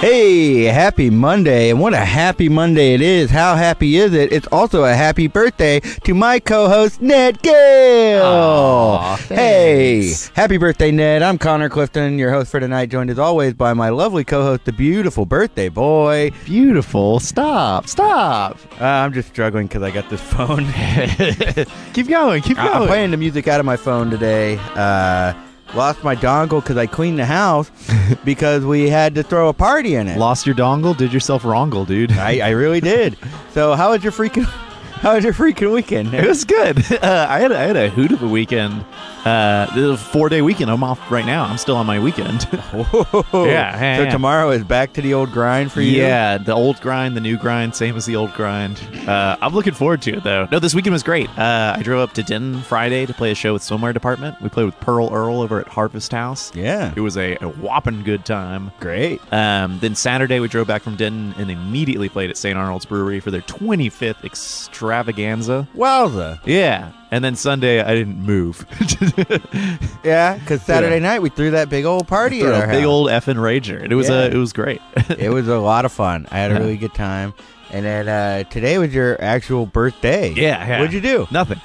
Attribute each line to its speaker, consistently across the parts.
Speaker 1: Hey, happy Monday. And what a happy Monday it is. How happy is it? It's also a happy birthday to my co host, Ned Gale.
Speaker 2: Aw,
Speaker 1: hey,
Speaker 2: thanks.
Speaker 1: happy birthday, Ned. I'm Connor Clifton, your host for tonight, joined as always by my lovely co host, the beautiful birthday boy.
Speaker 2: Beautiful. Stop. Stop.
Speaker 1: Uh, I'm just struggling because I got this phone.
Speaker 2: keep going. Keep
Speaker 1: I- I'm
Speaker 2: going.
Speaker 1: playing the music out of my phone today. Uh, lost my dongle because I cleaned the house because we had to throw a party in it.
Speaker 2: Lost your dongle. Did yourself wrongle, dude.
Speaker 1: I, I really did. So how was your freaking how was your freaking weekend?
Speaker 2: it was good. Uh, I had a, I had a hoot of a weekend. Uh, this is a four day weekend. I'm off right now. I'm still on my weekend.
Speaker 1: Whoa.
Speaker 2: Yeah, yeah,
Speaker 1: So
Speaker 2: yeah.
Speaker 1: tomorrow is back to the old grind for you.
Speaker 2: Yeah, the old grind, the new grind, same as the old grind. Uh, I'm looking forward to it though. No, this weekend was great. Uh, I drove up to Denton Friday to play a show with Swimwear Department. We played with Pearl Earl over at Harvest House.
Speaker 1: Yeah.
Speaker 2: It was a, a whopping good time.
Speaker 1: Great.
Speaker 2: Um, then Saturday we drove back from Denton and immediately played at St. Arnold's Brewery for their 25th extravaganza.
Speaker 1: Wowza.
Speaker 2: Yeah, and then Sunday I didn't move.
Speaker 1: Yeah, because Saturday night we threw that big old party at
Speaker 2: Threw
Speaker 1: our
Speaker 2: a big
Speaker 1: house.
Speaker 2: old effing rager. It was
Speaker 1: Yeah.
Speaker 2: uh, it was great.
Speaker 1: it was a lot of fun. I had a really good time. And then uh, today was your actual birthday.
Speaker 2: Yeah, yeah.
Speaker 1: What'd you do?
Speaker 2: Nothing.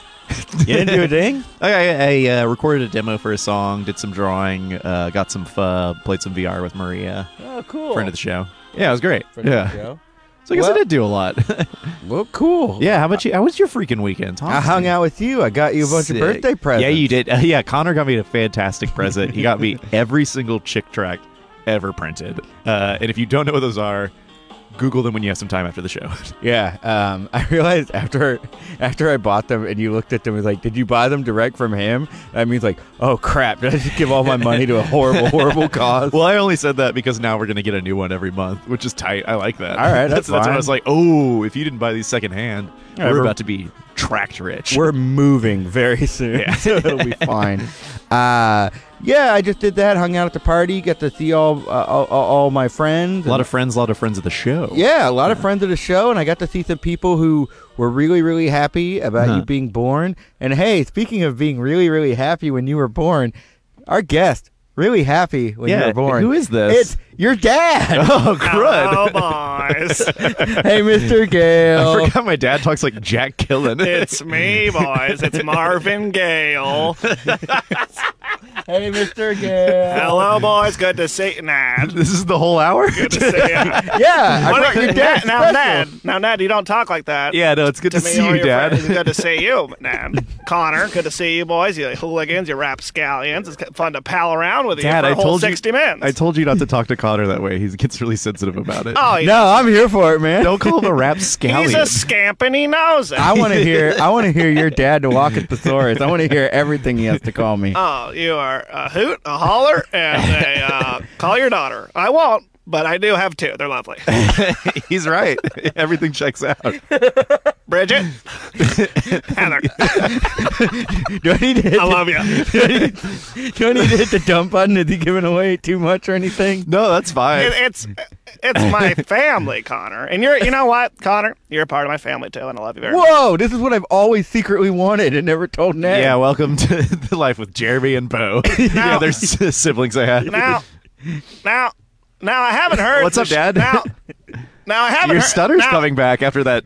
Speaker 1: You didn't do a thing?
Speaker 2: I, I, I uh, recorded a demo for a song, did some drawing, uh, got some pho, played some VR with Maria,
Speaker 1: Oh, cool.
Speaker 2: friend of the show. Yeah, it was great.
Speaker 1: Friend of the
Speaker 2: yeah.
Speaker 1: show.
Speaker 2: So I guess
Speaker 1: Well-
Speaker 2: I did do a lot.
Speaker 1: Well, cool.
Speaker 2: yeah. How about you? How was your freaking weekend? Talk
Speaker 1: I
Speaker 2: to
Speaker 1: hung
Speaker 2: me.
Speaker 1: out with you. I got you a bunch
Speaker 2: Sick.
Speaker 1: of birthday presents.
Speaker 2: Yeah, you did. yeah, Connor got me a fantastic present. he got me every single chick track ever printed. Uh, and if you don't know what those are, Google them when you have some time after the show.
Speaker 1: Yeah, um, I realized after after I bought them and you looked at them and was like, "Did you buy them direct from him?" I mean, it's like, "Oh crap! Did I just give all my money to a horrible, horrible cause?"
Speaker 2: well, I only said that because now we're gonna get a new one every month, which is tight. I like that.
Speaker 1: All right, that's
Speaker 2: that's when
Speaker 1: fine.
Speaker 2: I was like, oh, if you didn't buy these secondhand,
Speaker 1: Yeah,
Speaker 2: we're
Speaker 1: we're-
Speaker 2: about to be tracked rich.
Speaker 1: We're moving very soon,
Speaker 2: Yeah.
Speaker 1: so it'll be fine. Uh, yeah, I just did that. Hung out at the party, got to see all uh, all, all all my friends.
Speaker 2: a lot of friends, a lot of friends of the show.
Speaker 1: yeah, a lot of friends of the show, and I got to see some people who were really, really happy about
Speaker 2: Huh.
Speaker 1: you being born. And hey, speaking of being really, really happy when you were born, our guest really happy when you
Speaker 2: Yeah,
Speaker 1: were born.
Speaker 2: who is this?
Speaker 1: It's your dad.
Speaker 2: Oh, crud!
Speaker 3: boys.
Speaker 1: hey, Mr.
Speaker 2: I
Speaker 1: Gale.
Speaker 2: forgot my dad talks like Jack Killen.
Speaker 3: it's me, boys. It's Marvin Gale.
Speaker 1: Hey, Mr. Gale.
Speaker 3: Hello, boys. Good to see you, Ned.
Speaker 2: this is the whole hour.
Speaker 3: Good to see you.
Speaker 1: Yeah, I
Speaker 3: What-
Speaker 1: brought your dad.
Speaker 3: Ned, now,
Speaker 1: special.
Speaker 3: Ned, now, Ned, you don't talk like that.
Speaker 2: yeah, no, it's good to,
Speaker 3: To me,
Speaker 2: see
Speaker 3: all
Speaker 2: you,
Speaker 3: your
Speaker 2: Dad.
Speaker 3: friends. Good to see you, Ned. Connor, good to see you, boys. You hooligans, you rapscallions. It's fun to pal around with you
Speaker 2: Dad,
Speaker 3: for a
Speaker 2: I
Speaker 3: whole
Speaker 2: told you.
Speaker 3: 60 minutes.
Speaker 2: I told you not to talk to Connor that way. He gets really sensitive about it.
Speaker 3: oh, yeah.
Speaker 1: No, I'm here for it, man.
Speaker 2: Don't call him a rap
Speaker 3: He's a scamp and he knows it.
Speaker 1: I want to hear. I want to hear your dad to walk at thesaurus. I want to hear everything he has to call me.
Speaker 2: Uh,
Speaker 3: Oh, you are a hoot, a holler, and a uh, call your daughter. I won't, but I do have two. They're lovely.
Speaker 2: He's right. Everything checks out.
Speaker 3: Bridget, Heather,
Speaker 1: Do I need to hit
Speaker 3: I
Speaker 1: the-
Speaker 3: love you.
Speaker 1: do, I need, do I need to hit the dump button? Is he giving away too much or anything?
Speaker 2: No, that's fine.
Speaker 3: It, it's it's my family, Connor, and you're you know what, Connor, you're a part of my family too, and I love you very much.
Speaker 1: Whoa, this is what I've always secretly wanted and never told Ned.
Speaker 2: Yeah, welcome to the life with Jeremy and Bo. yeah,
Speaker 3: Now-
Speaker 2: they're s- siblings I had.
Speaker 3: Now, now, now I haven't heard.
Speaker 2: What's up,
Speaker 3: the
Speaker 2: Dad?
Speaker 3: Now, now I haven't.
Speaker 2: Your
Speaker 3: heard,
Speaker 2: stutter's
Speaker 3: now-
Speaker 2: coming back after that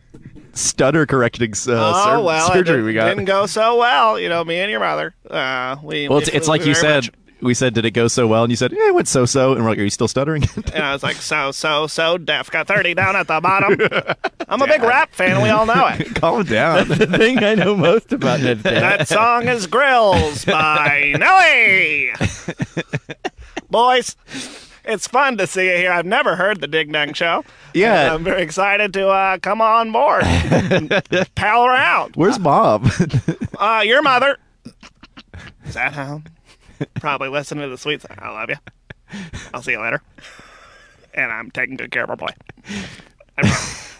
Speaker 2: stutter correcting uh,
Speaker 3: Oh
Speaker 2: sur-
Speaker 3: well, it
Speaker 2: surgery
Speaker 3: didn't,
Speaker 2: we got.
Speaker 3: didn't go so well. You know, me and your mother. Uh, we
Speaker 2: well, it's,
Speaker 3: we
Speaker 2: it's like
Speaker 3: flew
Speaker 2: you
Speaker 3: very much-
Speaker 2: said. We said, "Did it go so well?" And you said, "Yeah, it went so so." And we're like, "Are you still stuttering?"
Speaker 3: And I was uh, like, so, so, so deaf. Got 30 down at the bottom. I'm a big rap fan. We all know it.
Speaker 2: Calm down.
Speaker 1: The thing I know most about Ned's dad.
Speaker 3: That song is Grills by Nelly. Boys, it's fun to see you here. I've never heard the Dig Dang Show.
Speaker 2: Yeah.
Speaker 3: And I'm very excited to uh, come on board and pal around.
Speaker 2: Where's Bob?
Speaker 3: Uh, your mother is at home. Probably listening to the sweet song. I love you. I'll see you later. And I'm taking good care of our boy. And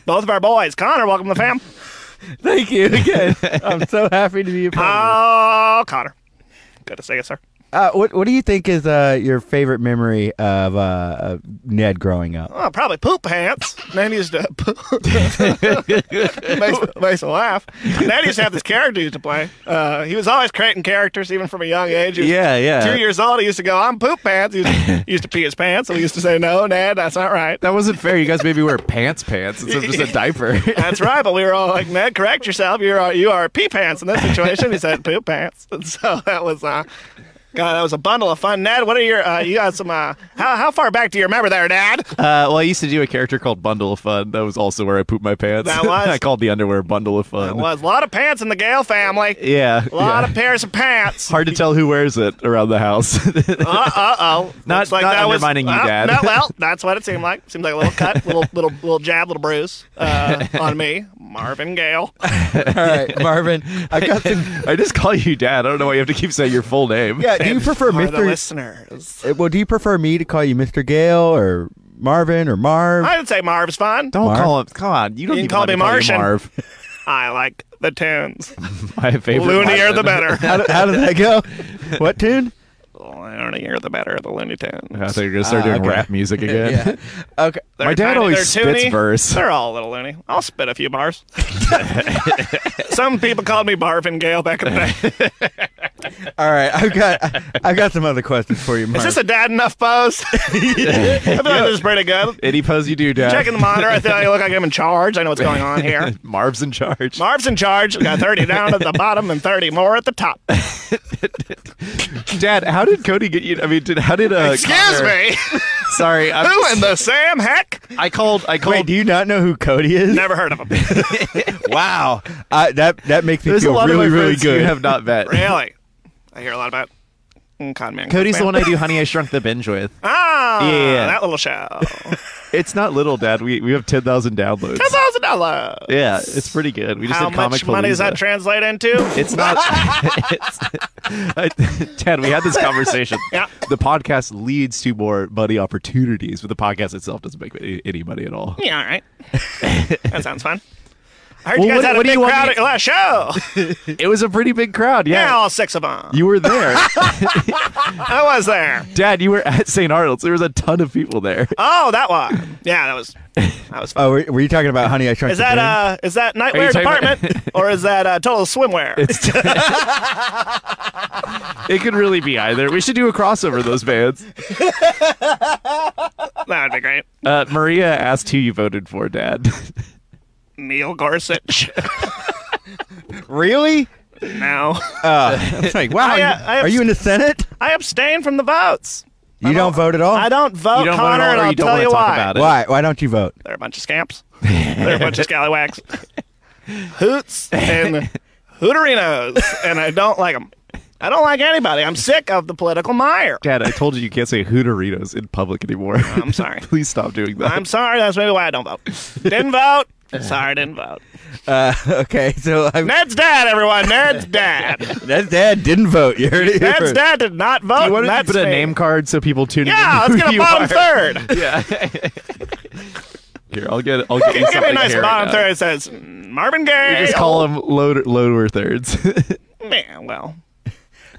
Speaker 3: Both of our boys. Connor, welcome to the fam.
Speaker 1: Thank you again. I'm so happy to be a part of
Speaker 3: Oh, Connor. Good to see you, sir.
Speaker 1: Uh, what What do you think is uh, your favorite memory of, uh, of Ned growing up?
Speaker 3: Oh, probably poop pants. Nanny used to poop. makes, makes me laugh. Nanny used to have this character he used to play. Uh, he was always creating characters, even from a young age. He was
Speaker 2: Yeah, yeah.
Speaker 3: Two years old, he used to go, I'm poop pants. He used to, he used to pee his pants. So we used to say, no, Dad, that's not right.
Speaker 2: That wasn't fair. You guys made me wear pants pants instead of just a diaper.
Speaker 3: That's right, but we were all like, Ned, correct yourself. You are you are pee pants in this situation. He said poop pants, and so that was uh, God, that was a bundle of fun. Ned, what are your uh, you got some uh, how how far back do you remember there, Dad?
Speaker 2: Uh, well, I used to do a character called Bundle of Fun. That was also where I pooped my pants.
Speaker 3: That was?
Speaker 2: I called the underwear Bundle of Fun.
Speaker 3: It was a lot of pants in the Gale family.
Speaker 2: Yeah.
Speaker 3: A lot
Speaker 2: yeah.
Speaker 3: of pairs of pants.
Speaker 2: Hard to tell who wears it around the house.
Speaker 3: Uh oh.
Speaker 2: Not- not undermining you, Dad.
Speaker 3: uh, No, well, that's what it seemed like. Seemed like a little cut, little little little jab, little bruise uh, on me, Marvin Gale.
Speaker 1: All right, Marvin, I've got some.
Speaker 2: I just call you dad. I don't know why you have to keep saying your full name.
Speaker 1: Yeah, do you prefer
Speaker 3: For the
Speaker 1: Mister?
Speaker 3: listeners,
Speaker 1: Uh, Well, do you prefer me to call you Mr. Gale or Marvin or Marv?
Speaker 3: I would say Marv's fine.
Speaker 2: Don't
Speaker 1: Marv?
Speaker 2: call him. Come on. You don't
Speaker 3: You can
Speaker 2: even
Speaker 3: call
Speaker 2: let
Speaker 3: me
Speaker 2: you
Speaker 3: Martian.
Speaker 2: Marv.
Speaker 3: I like the tunes.
Speaker 2: My favorite.
Speaker 3: Loonier the
Speaker 2: Martian.
Speaker 1: how,
Speaker 3: better.
Speaker 1: do- how did that go? What tune?
Speaker 3: Loonier the better. The Looney Tunes.
Speaker 2: I thought you were gonna start doing
Speaker 1: Ah, okay.
Speaker 2: rap music again.
Speaker 1: Okay.
Speaker 3: They're
Speaker 2: My dad
Speaker 3: kinda-
Speaker 2: always
Speaker 3: they're
Speaker 2: spits
Speaker 3: toony.
Speaker 2: verse.
Speaker 3: They're all a little loony. I'll spit a few bars. Some people called me Marvin Gale back in the day.
Speaker 1: All right. I've got I've got some other questions for you, Marv.
Speaker 3: Is this a dad enough pose? I feel like this is pretty good.
Speaker 2: Any pose you do, dad.
Speaker 3: Checking the monitor. I feel like I look like I'm in charge. I know what's going on here.
Speaker 2: Marv's in charge.
Speaker 3: Marv's in charge. We got 30 down at the bottom and 30 more at the top.
Speaker 2: Dad, how did Cody get you? I mean, did how did uh,
Speaker 3: Excuse
Speaker 2: Connor-
Speaker 3: me.
Speaker 2: Sorry, I'm,
Speaker 3: Who in the Sam heck?
Speaker 2: I called. I called.
Speaker 1: Wait, do you not know who Cody is?
Speaker 3: Never heard of him.
Speaker 1: Wow. I, that that makes me
Speaker 2: There's a
Speaker 1: feel
Speaker 2: lot
Speaker 1: really
Speaker 2: of my
Speaker 1: really
Speaker 2: friends
Speaker 1: good.
Speaker 2: you have not met.
Speaker 3: Really? I hear a lot about mm, con man.
Speaker 2: Cody's the
Speaker 3: Con
Speaker 2: one
Speaker 3: man.
Speaker 2: I do Honey I Shrunk the Binge with.
Speaker 3: Ah,
Speaker 2: Yeah.
Speaker 3: that little show.
Speaker 2: It's not little, Dad. We we have ten thousand downloads.
Speaker 3: Ten thousand dollars.
Speaker 2: Yeah, it's pretty good. We just
Speaker 3: How
Speaker 2: had comic
Speaker 3: much money does that translate into?
Speaker 2: It's not. it's, I, Ted, we had this conversation.
Speaker 3: Yeah.
Speaker 2: The podcast leads to more money opportunities, but the podcast itself doesn't make any, any money at all.
Speaker 3: yeah, all right. that sounds fun. I heard
Speaker 2: Well,
Speaker 3: you guys
Speaker 2: what-
Speaker 3: had
Speaker 2: what do
Speaker 3: a big
Speaker 2: you want
Speaker 3: crowd
Speaker 2: me-
Speaker 3: at your last show.
Speaker 2: It was a pretty big crowd. Yeah.
Speaker 3: yeah, all six of them.
Speaker 2: You were there.
Speaker 3: I was there.
Speaker 2: Dad, you were at St. Arnold's. There was a ton of people there.
Speaker 3: Oh, that one. Yeah, that was that was fun.
Speaker 1: Oh, were, were you talking about Honey I Shrunk
Speaker 3: Is
Speaker 1: the
Speaker 3: that
Speaker 1: Kids?
Speaker 3: uh is that
Speaker 2: Are you
Speaker 3: nightwear
Speaker 2: talking about-
Speaker 3: department or is that uh, total swimwear?
Speaker 2: It could really be either. We should do a crossover of those bands.
Speaker 3: that would be great.
Speaker 2: Uh, Maria asked who you voted for, Dad.
Speaker 3: Neil Gorsuch.
Speaker 1: really?
Speaker 3: no,
Speaker 1: Uh, it's like wow.
Speaker 3: I,
Speaker 1: you-
Speaker 3: uh, I have-
Speaker 1: are you in the Senate?
Speaker 3: I abstain from the votes.
Speaker 1: You don't vote at all.
Speaker 3: I don't
Speaker 2: Oh.
Speaker 3: vote,
Speaker 2: you don't
Speaker 3: Connor,
Speaker 2: vote at all,
Speaker 3: and
Speaker 2: or
Speaker 3: I'll
Speaker 2: you don't
Speaker 3: tell
Speaker 2: want
Speaker 3: you
Speaker 2: to talk
Speaker 3: why.
Speaker 2: about it.
Speaker 1: Why? Why don't you vote?
Speaker 3: They're a bunch of scamps. They're a bunch of scallywags. Hoots and hooterinos. And I don't like them. I don't like anybody. I'm sick of the political mire.
Speaker 2: Dad, I told you you can't say Hooteritos in public anymore.
Speaker 3: Oh, I'm sorry.
Speaker 2: Please stop doing that.
Speaker 3: I'm sorry. That's maybe why I don't vote. Didn't vote. Sorry, didn't vote.
Speaker 1: Uh, okay, so I'm,
Speaker 3: Ned's dad, everyone. Ned's dad.
Speaker 1: that's dad didn't vote. You heard it. here
Speaker 3: Ned's
Speaker 1: first.
Speaker 3: dad did not vote.
Speaker 2: you want
Speaker 3: and
Speaker 2: to
Speaker 3: that's
Speaker 2: put a
Speaker 3: me.
Speaker 2: name card so people tune
Speaker 3: Yeah,
Speaker 2: in?
Speaker 3: let's get a bottom third.
Speaker 2: Yeah. Here, I'll get. I'll get you
Speaker 3: Give me a
Speaker 2: something
Speaker 3: nice
Speaker 2: here right now.
Speaker 3: bottom third that says Marvin Gaye.
Speaker 2: We just call them lower, lower thirds.
Speaker 3: Man, well,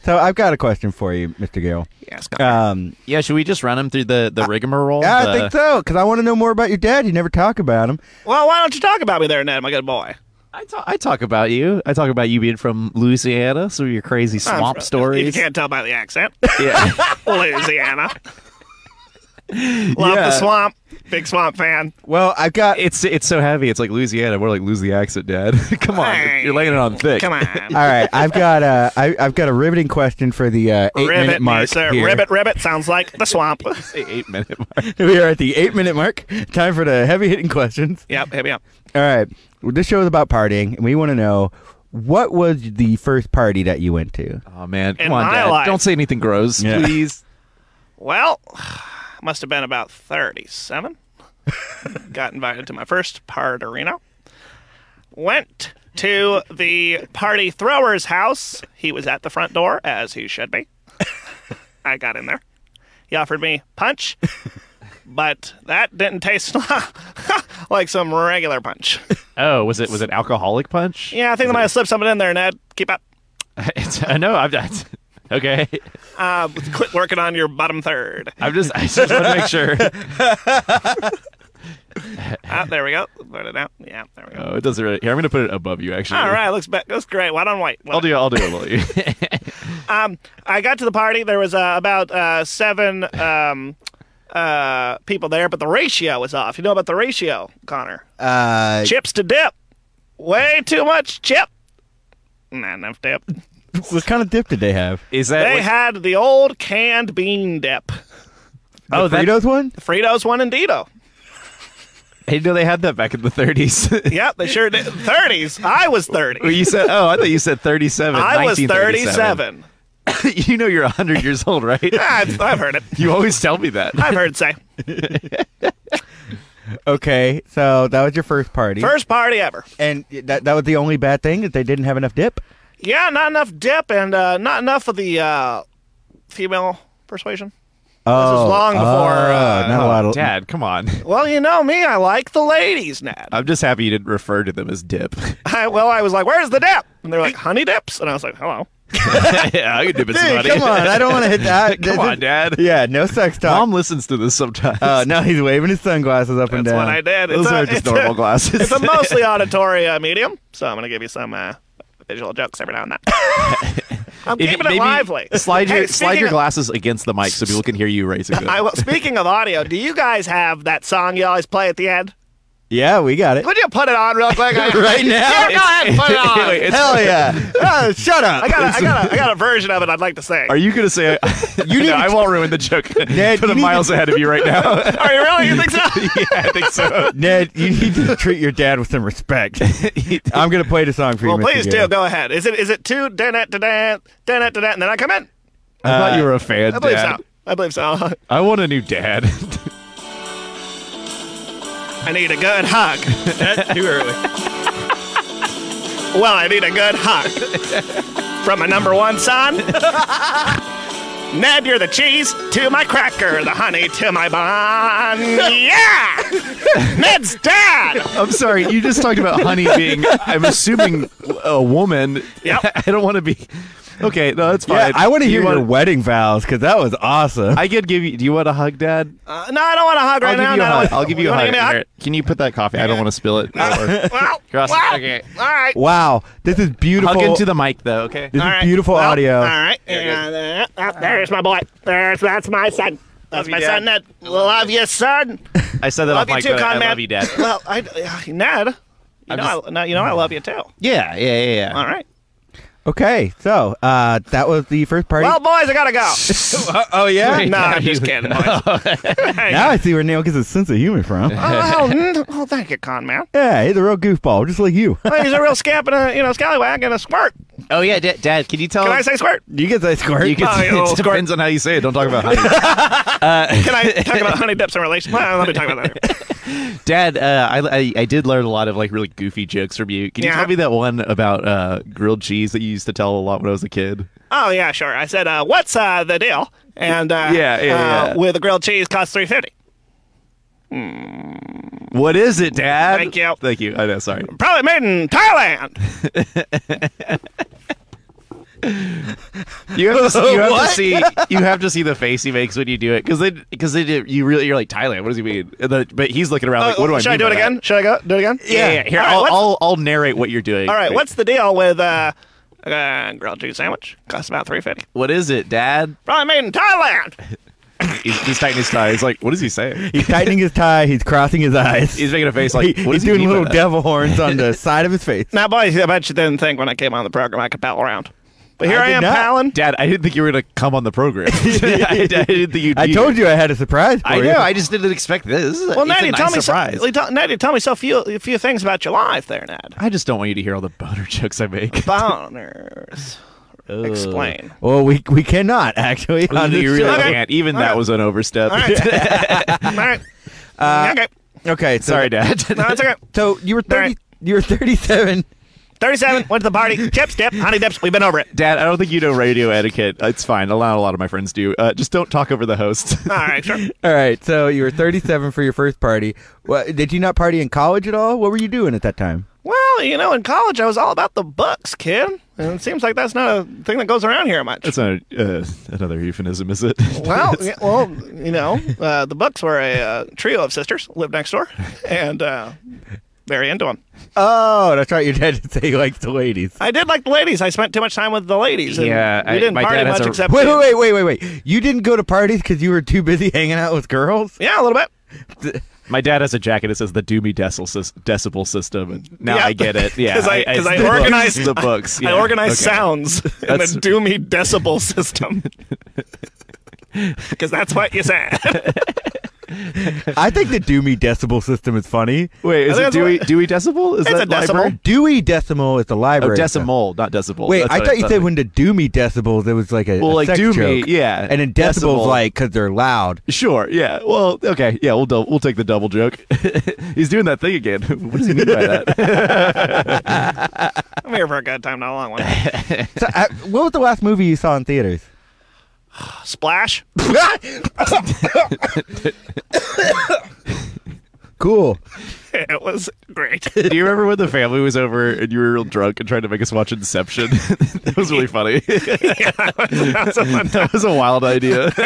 Speaker 1: So I've got a question for you, Mr. Gale.
Speaker 3: yes,
Speaker 1: Um,
Speaker 2: yeah, should we just run them through the the rigmarole?
Speaker 1: yeah, I think so because I want to know more about your dad. You never talk about him.
Speaker 3: Well, why don't you talk about me there, Ned, my good boy?
Speaker 2: I talk, I talk about you. I talk about you being from Louisiana, some of your crazy swamp
Speaker 3: I'm- You
Speaker 2: stories.
Speaker 3: can't tell by the accent.
Speaker 2: Yeah.
Speaker 3: Louisiana.
Speaker 2: Yeah.
Speaker 3: Love the swamp. Big swamp fan.
Speaker 1: Well, I've got
Speaker 2: It's it's so heavy. It's like Louisiana. We're like lose the accent, Dad. Come on,
Speaker 3: Hey.
Speaker 2: you're laying it on thick.
Speaker 3: Come on.
Speaker 1: All right, I've got a, I, I've got a riveting question for the uh, eight
Speaker 3: ribbit,
Speaker 1: minute
Speaker 3: me,
Speaker 1: mark.
Speaker 3: sir.
Speaker 1: here.
Speaker 3: Ribbit, ribbit sounds like the swamp.
Speaker 2: Say eight minute mark.
Speaker 1: We are at the eight minute mark. Time for the heavy hitting questions.
Speaker 3: yep, hit me up.
Speaker 1: All right, well, this show is about partying, and we want to know what was the first party that you went to?
Speaker 2: Oh man, come
Speaker 3: In
Speaker 2: on,
Speaker 3: my
Speaker 2: Dad.
Speaker 3: life.
Speaker 2: Don't say anything gross,
Speaker 1: Yeah.
Speaker 2: please.
Speaker 3: Well, must have been about 37. Got invited to my first part arena. Went to the party thrower's house. He was at the front door, as he should be. I got in there. He offered me punch, but that didn't taste like some regular punch.
Speaker 2: Oh, was it was it alcoholic punch?
Speaker 3: Yeah, I think they might have slipped something in there, Ned. Keep up.
Speaker 2: It's- I know. uh, I've, I've Okay.
Speaker 3: Uh, quit working on your bottom third.
Speaker 2: I'm just, I just want to make sure.
Speaker 3: Ah, there we go. Put it out. Yeah, there we go.
Speaker 2: Oh, it doesn't really. Here, I'm going to put it above you, actually.
Speaker 3: All right, looks be- looks great. White on white.
Speaker 2: I'll do. I'll do it. Will you?
Speaker 3: Um, I got to the party. There was uh, about uh, seven um, uh, people there, but the ratio was off. You know about the ratio, Connor?
Speaker 1: Uh,
Speaker 3: Chips to dip. Way too much chip. Not enough dip.
Speaker 1: what kind of dip did they have?
Speaker 2: Is that?
Speaker 3: They
Speaker 2: what-
Speaker 3: had the old canned bean dip.
Speaker 2: oh, that.
Speaker 1: Fritos one?
Speaker 3: Fritos one and Dito.
Speaker 2: I didn't know they had that back in the 30s.
Speaker 3: Yep, they sure did. 30s. I was 30.
Speaker 2: Well, you said. Oh, I thought you said 37.
Speaker 3: I was
Speaker 2: 1937.
Speaker 3: 37.
Speaker 2: you know you're 100 years old, right?
Speaker 3: I've, Ah, I've heard it.
Speaker 2: You always tell me that.
Speaker 3: I've heard it say.
Speaker 1: Okay, so that was your first party,
Speaker 3: First party ever.
Speaker 1: and that that was the only bad thing that they didn't have enough dip.
Speaker 3: Yeah, not enough dip and uh, not enough of the uh, female persuasion.
Speaker 1: Oh,
Speaker 3: long before,
Speaker 1: oh,
Speaker 3: uh,
Speaker 1: not a lot of
Speaker 2: Dad, come on.
Speaker 3: Well, you know me, I like the ladies, Ned.
Speaker 2: I'm just happy you didn't refer to them as dip.
Speaker 3: I, well, I was like, "Where's the dip?" And they're like, "Honey dips," and I was like, "Hello."
Speaker 2: yeah, I could dip at
Speaker 1: Dude,
Speaker 2: somebody.
Speaker 1: come on, I don't want to hit that.
Speaker 2: Come on, Dad.
Speaker 1: Yeah, no sex talk.
Speaker 2: Mom listens to this sometimes.
Speaker 1: Oh, now he's waving his sunglasses up and
Speaker 3: That's
Speaker 1: down.
Speaker 3: what I did.
Speaker 2: Those
Speaker 3: a-
Speaker 2: are just
Speaker 3: it's a-
Speaker 2: normal glasses.
Speaker 3: It's a mostly auditory uh, medium, so I'm gonna give you some uh, visual jokes every now and then. I'm
Speaker 2: If-
Speaker 3: keeping it
Speaker 2: maybe
Speaker 3: lively.
Speaker 2: Slide your
Speaker 3: Hey,
Speaker 2: slide
Speaker 3: speaking
Speaker 2: your
Speaker 3: of-
Speaker 2: glasses against the mic so people can hear you raising them.
Speaker 3: I will, speaking of audio, do you guys have that song you always play at the end?
Speaker 1: Yeah, we got it
Speaker 3: Would you put it on real quick? I-
Speaker 1: right now.
Speaker 3: Yeah, go ahead, and put it on.
Speaker 2: Wait, it's-
Speaker 1: Hell yeah! oh, shut up.
Speaker 3: I got, a, I, got a, I got a version of it I'd like to sing.
Speaker 2: Are you gonna say you?
Speaker 1: need
Speaker 2: no,
Speaker 1: to-
Speaker 2: I won't ruin the joke.
Speaker 1: Ned,
Speaker 2: Put
Speaker 1: you
Speaker 2: a
Speaker 1: need
Speaker 2: miles ahead of you right now. yeah,
Speaker 3: Are you really? You think so?
Speaker 2: I think so.
Speaker 1: Ned, you need to treat your dad with some respect. I'm gonna play the song for
Speaker 3: well,
Speaker 1: you.
Speaker 3: please
Speaker 1: Mr.
Speaker 3: do.
Speaker 1: Gill.
Speaker 3: Go ahead. Is it is it two? Dan da dan dan da dan. Then I come in.
Speaker 2: I
Speaker 1: Uh,
Speaker 2: thought you were a fan,
Speaker 3: I believe
Speaker 2: Dad.
Speaker 3: so. I believe so.
Speaker 2: I want a new dad.
Speaker 3: I need a good hug.
Speaker 2: Too early.
Speaker 3: Well, I need a good hug from my number one son. Ned, you're the cheese to my cracker, the honey to my bun. Yeah, Ned's dad.
Speaker 2: I'm sorry. You just talked about honey being. I'm assuming a woman.
Speaker 3: Yep.
Speaker 2: I don't want to be. Okay, no, that's
Speaker 1: Yeah,
Speaker 2: fine.
Speaker 1: I want to
Speaker 2: Do you
Speaker 1: hear your
Speaker 2: wanna-
Speaker 1: wedding vows because that was awesome.
Speaker 2: I could give you. Do you want a hug, Dad?
Speaker 3: Uh, no, I don't want a hug
Speaker 2: I'll
Speaker 3: right
Speaker 2: give
Speaker 3: now.
Speaker 2: you a
Speaker 3: no,
Speaker 2: hug.
Speaker 3: no.
Speaker 2: I'll give you a hug.
Speaker 3: wanna me
Speaker 2: Here, Can you put that coffee? I don't want to spill it.
Speaker 3: Well,
Speaker 2: Gross.
Speaker 3: well,
Speaker 2: Okay.
Speaker 3: all right.
Speaker 1: wow, this is beautiful.
Speaker 2: Hug into the mic, though. Okay.
Speaker 1: this
Speaker 3: All
Speaker 1: is
Speaker 3: right.
Speaker 1: beautiful
Speaker 3: Well,
Speaker 1: audio.
Speaker 3: All right. Yeah, there- oh, there's my boy. There's that's my son.
Speaker 2: Love
Speaker 3: That's
Speaker 2: you,
Speaker 3: my
Speaker 2: Dad.
Speaker 3: son, Ned. Love you, son.
Speaker 2: I said that
Speaker 3: Love you
Speaker 2: off mic,
Speaker 3: too,
Speaker 2: but
Speaker 3: Conrad.
Speaker 2: I love you, Dad.
Speaker 3: Well, I, uh, Ned, you
Speaker 2: I'm
Speaker 3: know,
Speaker 2: just-
Speaker 3: I, no, you know I love you too.
Speaker 2: Yeah, yeah, yeah, yeah.
Speaker 3: All right.
Speaker 1: Okay, so uh, that was the first party.
Speaker 3: Well, boys, I gotta go. Uh,
Speaker 1: oh yeah.
Speaker 3: no, I'm just kidding. Oh, boys. Hey.
Speaker 1: Now I see where Neil gets his sense of humor from.
Speaker 3: oh, mm, oh, thank you, con man.
Speaker 1: yeah, he's a real goofball, just like you.
Speaker 3: Well, he's a real scamp and a you know scallywag and a squirt.
Speaker 2: Oh yeah, Dad. Dad can you tell?
Speaker 1: Oh.
Speaker 3: Can I say squirt?
Speaker 1: You get that squirt.
Speaker 2: You can,
Speaker 3: Oh, you
Speaker 2: it
Speaker 3: little
Speaker 2: depends on how you say it. Don't talk about honey.
Speaker 3: Can I talk about honey dips and relations? Well, let me talk about that. Later.
Speaker 2: Dad, uh, I, I I did learn a lot of like really goofy jokes from you. Can you
Speaker 3: Yeah.
Speaker 2: tell me that one about uh, grilled cheese that you used to tell a lot when I was a kid?
Speaker 3: Oh yeah, sure. I said, uh, what's uh, the deal? And uh,
Speaker 2: Yeah, yeah,
Speaker 3: uh,
Speaker 2: yeah.
Speaker 3: with a grilled cheese costs three fifty.
Speaker 2: What is it, Dad?
Speaker 3: Thank you.
Speaker 2: Thank you. I know. Sorry.
Speaker 3: Probably made in Thailand.
Speaker 2: You have to, see- you have to
Speaker 1: What?
Speaker 2: see. You have to see the face he makes when you do it, because they, because they, do- you really, you're like Thailand. What does he mean? And then- but he's looking around like, what do I?
Speaker 3: Oh, should I
Speaker 2: mean
Speaker 3: do
Speaker 2: by
Speaker 3: it
Speaker 2: that?
Speaker 3: again? Should I go do it again?
Speaker 2: Yeah, yeah, yeah. Here,
Speaker 3: All right,
Speaker 2: I'll,
Speaker 3: what's-
Speaker 2: I'll, I'll narrate what you're doing.
Speaker 3: all right,
Speaker 2: Wait.
Speaker 3: what's the deal with uh, uh grilled cheese sandwich? Costs about three fifty.
Speaker 2: what is it, Dad?
Speaker 3: Probably made in Thailand.
Speaker 2: He's, he's tightening his tie. He's like, what is he saying?
Speaker 1: He's tightening his tie. He's crossing his eyes.
Speaker 2: He's making a face like,
Speaker 1: He-
Speaker 2: what
Speaker 1: he's
Speaker 2: is
Speaker 1: doing
Speaker 2: he mean by
Speaker 1: little
Speaker 2: that?
Speaker 1: devil horns on the side of his face.
Speaker 3: Now, boys, I bet you didn't think when I came on the program I could pal around, but here
Speaker 1: I
Speaker 3: I,
Speaker 1: did
Speaker 3: am
Speaker 1: not.
Speaker 3: palling.
Speaker 2: Dad, I didn't think you were gonna come on the program. I, I didn't think you.
Speaker 1: I told you I had a surprise for
Speaker 2: I
Speaker 1: you.
Speaker 2: know. I just didn't expect this. this is a,
Speaker 3: Well,
Speaker 2: it's
Speaker 3: Ned,
Speaker 2: a
Speaker 3: you
Speaker 2: nice
Speaker 3: tell me
Speaker 2: surprise.
Speaker 3: so. you tell- Ned, you tell me so few a few things about your life there, Ned.
Speaker 2: I just don't want you to hear all the boner jokes I make.
Speaker 3: Boners. Explain.
Speaker 1: Well, we we cannot actually. on
Speaker 2: you
Speaker 1: this
Speaker 2: really
Speaker 1: show.
Speaker 3: Okay.
Speaker 2: can't. Even
Speaker 3: All
Speaker 2: that
Speaker 3: right.
Speaker 2: was an overstep.
Speaker 3: All right. all right. okay.
Speaker 1: Okay, so,
Speaker 2: Sorry, Dad.
Speaker 3: No, it's okay.
Speaker 1: So you were thirty.
Speaker 3: All right.
Speaker 1: You were thirty-seven.
Speaker 3: Thirty-seven. Went to the party. Chips, dip, honey dips. We've been over it.
Speaker 2: Dad, I don't think you know radio etiquette. It's fine. A lot, a lot of my friends do. Uh, just don't talk over the host.
Speaker 3: All right. Sure.
Speaker 1: All right, so you were thirty-seven for your first party. Well, did you not party in college at all? What were you doing at that time?
Speaker 3: Well, you know, in college I was all about the bucks, kid. And it seems like that's not a thing that goes around here much.
Speaker 2: That's not uh, another euphemism, is it?
Speaker 3: Well, yeah, well, you know, uh, the Bucks were a uh, trio of sisters lived next door, and uh, very into them.
Speaker 1: Oh, that's right. Your dad did say he liked the ladies.
Speaker 3: I did like the ladies. I spent too much time with the ladies. And
Speaker 2: Yeah, I-
Speaker 3: we didn't
Speaker 2: my
Speaker 3: party
Speaker 2: dad has
Speaker 3: much
Speaker 2: a-
Speaker 3: except
Speaker 1: Wait, wait, wait, wait, wait, wait. You didn't go to parties because you were too busy hanging out with girls?
Speaker 3: Yeah, a little bit.
Speaker 2: My dad has a jacket that says the Doomy Decil sys- Decibel System. And now
Speaker 3: Yeah.
Speaker 2: I get it. Yeah,
Speaker 3: 'Cause I- 'cause I
Speaker 2: the books-
Speaker 3: organized-
Speaker 2: the books.
Speaker 3: I
Speaker 2: yeah.
Speaker 3: organize
Speaker 2: Okay.
Speaker 3: sounds in
Speaker 2: That's-
Speaker 3: the doomy decibel system because that's what you said.
Speaker 1: I think the Doomy decimal system is funny.
Speaker 2: Wait,
Speaker 3: I
Speaker 2: is
Speaker 3: think
Speaker 2: it
Speaker 3: that's
Speaker 2: Dewey
Speaker 3: what-
Speaker 2: Dewey Decibel? Is
Speaker 3: It's
Speaker 2: that
Speaker 3: a decimal.
Speaker 2: library?
Speaker 1: Dewey decimal is the
Speaker 2: Oh,
Speaker 1: library.
Speaker 2: decimal, not decibel.
Speaker 1: Wait,
Speaker 2: That's
Speaker 1: I
Speaker 2: what
Speaker 1: thought you said when the Doomy decibels, it was like a,
Speaker 2: Well,
Speaker 1: a
Speaker 2: like
Speaker 1: sex
Speaker 2: Doomy,
Speaker 1: joke.
Speaker 2: yeah.
Speaker 1: And then
Speaker 2: Decibel.
Speaker 1: decibels, like, because they're loud.
Speaker 2: Sure. Yeah. Well. Okay. Yeah. We'll dou- we'll take the double joke. He's doing that thing again. what does he mean by that?
Speaker 3: I'm here for a good time, not a long one.
Speaker 1: So, uh, what was the last movie you saw in theaters?
Speaker 3: Splash.
Speaker 1: Cool.
Speaker 3: It was great.
Speaker 2: Do you remember when the family was over and you were real drunk and tried to make us watch Inception? that was really funny.
Speaker 3: That's a fun time.
Speaker 2: that was a wild idea.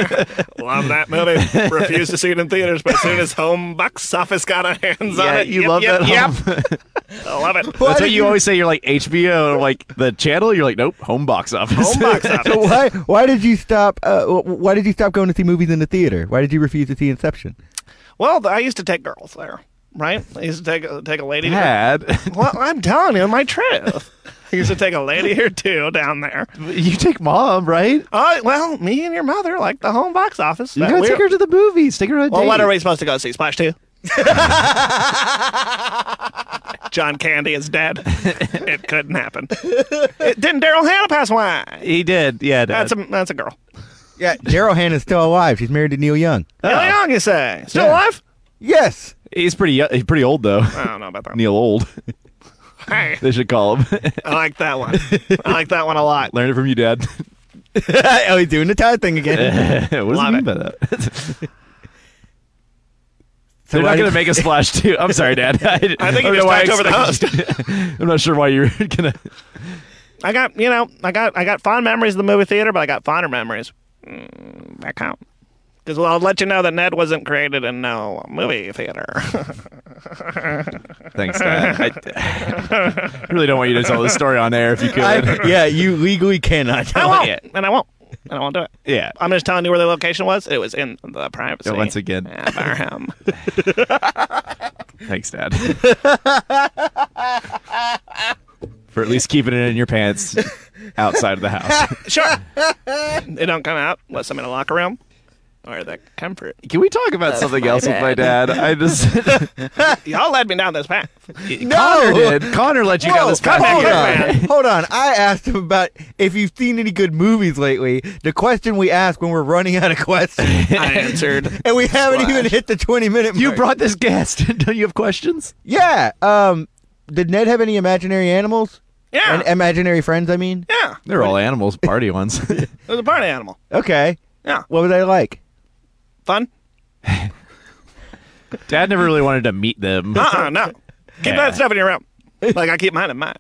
Speaker 3: Love that movie. Refused to see it in theaters, but as soon as home box office got our hands on
Speaker 2: Yeah,
Speaker 3: it,
Speaker 2: you
Speaker 3: yep,
Speaker 2: love
Speaker 3: yep,
Speaker 2: that
Speaker 3: Yep,
Speaker 2: home-
Speaker 3: I love it.
Speaker 1: Why
Speaker 2: That's
Speaker 1: did
Speaker 2: what you always say. You're like HBO, and I'm like the channel. You're like, nope, home box office.
Speaker 3: Home box office.
Speaker 1: So why why did you stop uh, wh- why did you stop going to see movies in the theater? Why did you refuse to see Inception?
Speaker 3: Well, th- I used to take girls there, right? I used to take take a lady. to-
Speaker 2: Dad,
Speaker 3: Well, I'm telling you my truth. I used to take a lady or two down there.
Speaker 2: you take mom, right?
Speaker 3: Oh, well, me and your mother like the home box office.
Speaker 2: You
Speaker 3: That
Speaker 2: gotta
Speaker 3: Uh, we're-
Speaker 2: take her to the movies. Take her to a
Speaker 3: well,
Speaker 2: date.
Speaker 3: what are we supposed to go see? Splash two. John Candy is dead. It couldn't happen. It, didn't Daryl Hannah pass away?
Speaker 2: He did. Yeah. Dad.
Speaker 3: That's a that's a girl.
Speaker 1: Yeah, Daryl Hannah's still alive. She's married to Neil Young.
Speaker 3: Neil Young, you say? Still
Speaker 1: Yeah.
Speaker 3: alive?
Speaker 1: Yes.
Speaker 2: He's pretty. yo- He's pretty old though.
Speaker 3: I don't know about that.
Speaker 2: Neil old.
Speaker 3: Hey,
Speaker 2: they should call him.
Speaker 3: I like that one. I like that one a lot.
Speaker 2: Learn it from you, Dad.
Speaker 1: oh, he's doing the tie thing again.
Speaker 2: what does he
Speaker 3: Love
Speaker 2: mean
Speaker 3: it.
Speaker 2: by that?
Speaker 1: So
Speaker 2: They're
Speaker 1: why
Speaker 2: not going
Speaker 1: did-
Speaker 2: to make a splash too. I'm sorry, Dad. I,
Speaker 3: I
Speaker 2: don't
Speaker 3: think you
Speaker 2: know
Speaker 3: just
Speaker 2: why I
Speaker 3: talked over the host.
Speaker 2: expected- I'm not sure why you're going to.
Speaker 3: I got you know I got I got fond memories of the movie theater, but I got fonder memories. Mm, that count because well, I'll let you know that Ned wasn't created in no movie theater.
Speaker 2: Thanks, Dad. I, I really don't want you to tell this story on air if you could.
Speaker 1: I- yeah, you legally cannot.
Speaker 3: I won't,
Speaker 2: it.
Speaker 3: and I won't, and I won't do it.
Speaker 2: yeah.
Speaker 3: I'm just telling you where the location was. It was in the privacy.
Speaker 2: Once again.
Speaker 3: Yeah, Barham.
Speaker 2: Thanks, Dad. For at least keeping it in your pants outside of the house.
Speaker 3: sure. they don't come out unless I'm in a locker room or the comfort.
Speaker 2: Can we talk about something else with my dad? I just
Speaker 3: Y'all led me down this path.
Speaker 2: Connor did. Connor let you down
Speaker 1: Whoa,
Speaker 2: this
Speaker 1: come
Speaker 2: path.
Speaker 3: back
Speaker 1: hold
Speaker 3: here,
Speaker 1: on.
Speaker 3: man.
Speaker 1: Hold on. I asked him about if you've seen any good movies lately. The question we ask when we're running out of questions.
Speaker 3: I answered.
Speaker 1: And we haven't
Speaker 3: Splash.
Speaker 1: even hit the 20 minute mark.
Speaker 2: You brought this guest. Don't you have questions?
Speaker 1: Yeah. Um, did Ned have any imaginary animals?
Speaker 3: Yeah.
Speaker 1: And imaginary friends, I mean?
Speaker 3: yeah.
Speaker 2: They're all animals, party ones.
Speaker 3: It was a party animal.
Speaker 1: Okay.
Speaker 3: Yeah.
Speaker 1: What was I like?
Speaker 3: Fun.
Speaker 2: Dad never really wanted to meet them.
Speaker 3: Uh uh no. Keep
Speaker 2: Yeah.
Speaker 3: that stuff in your room. Like I keep mine in mine.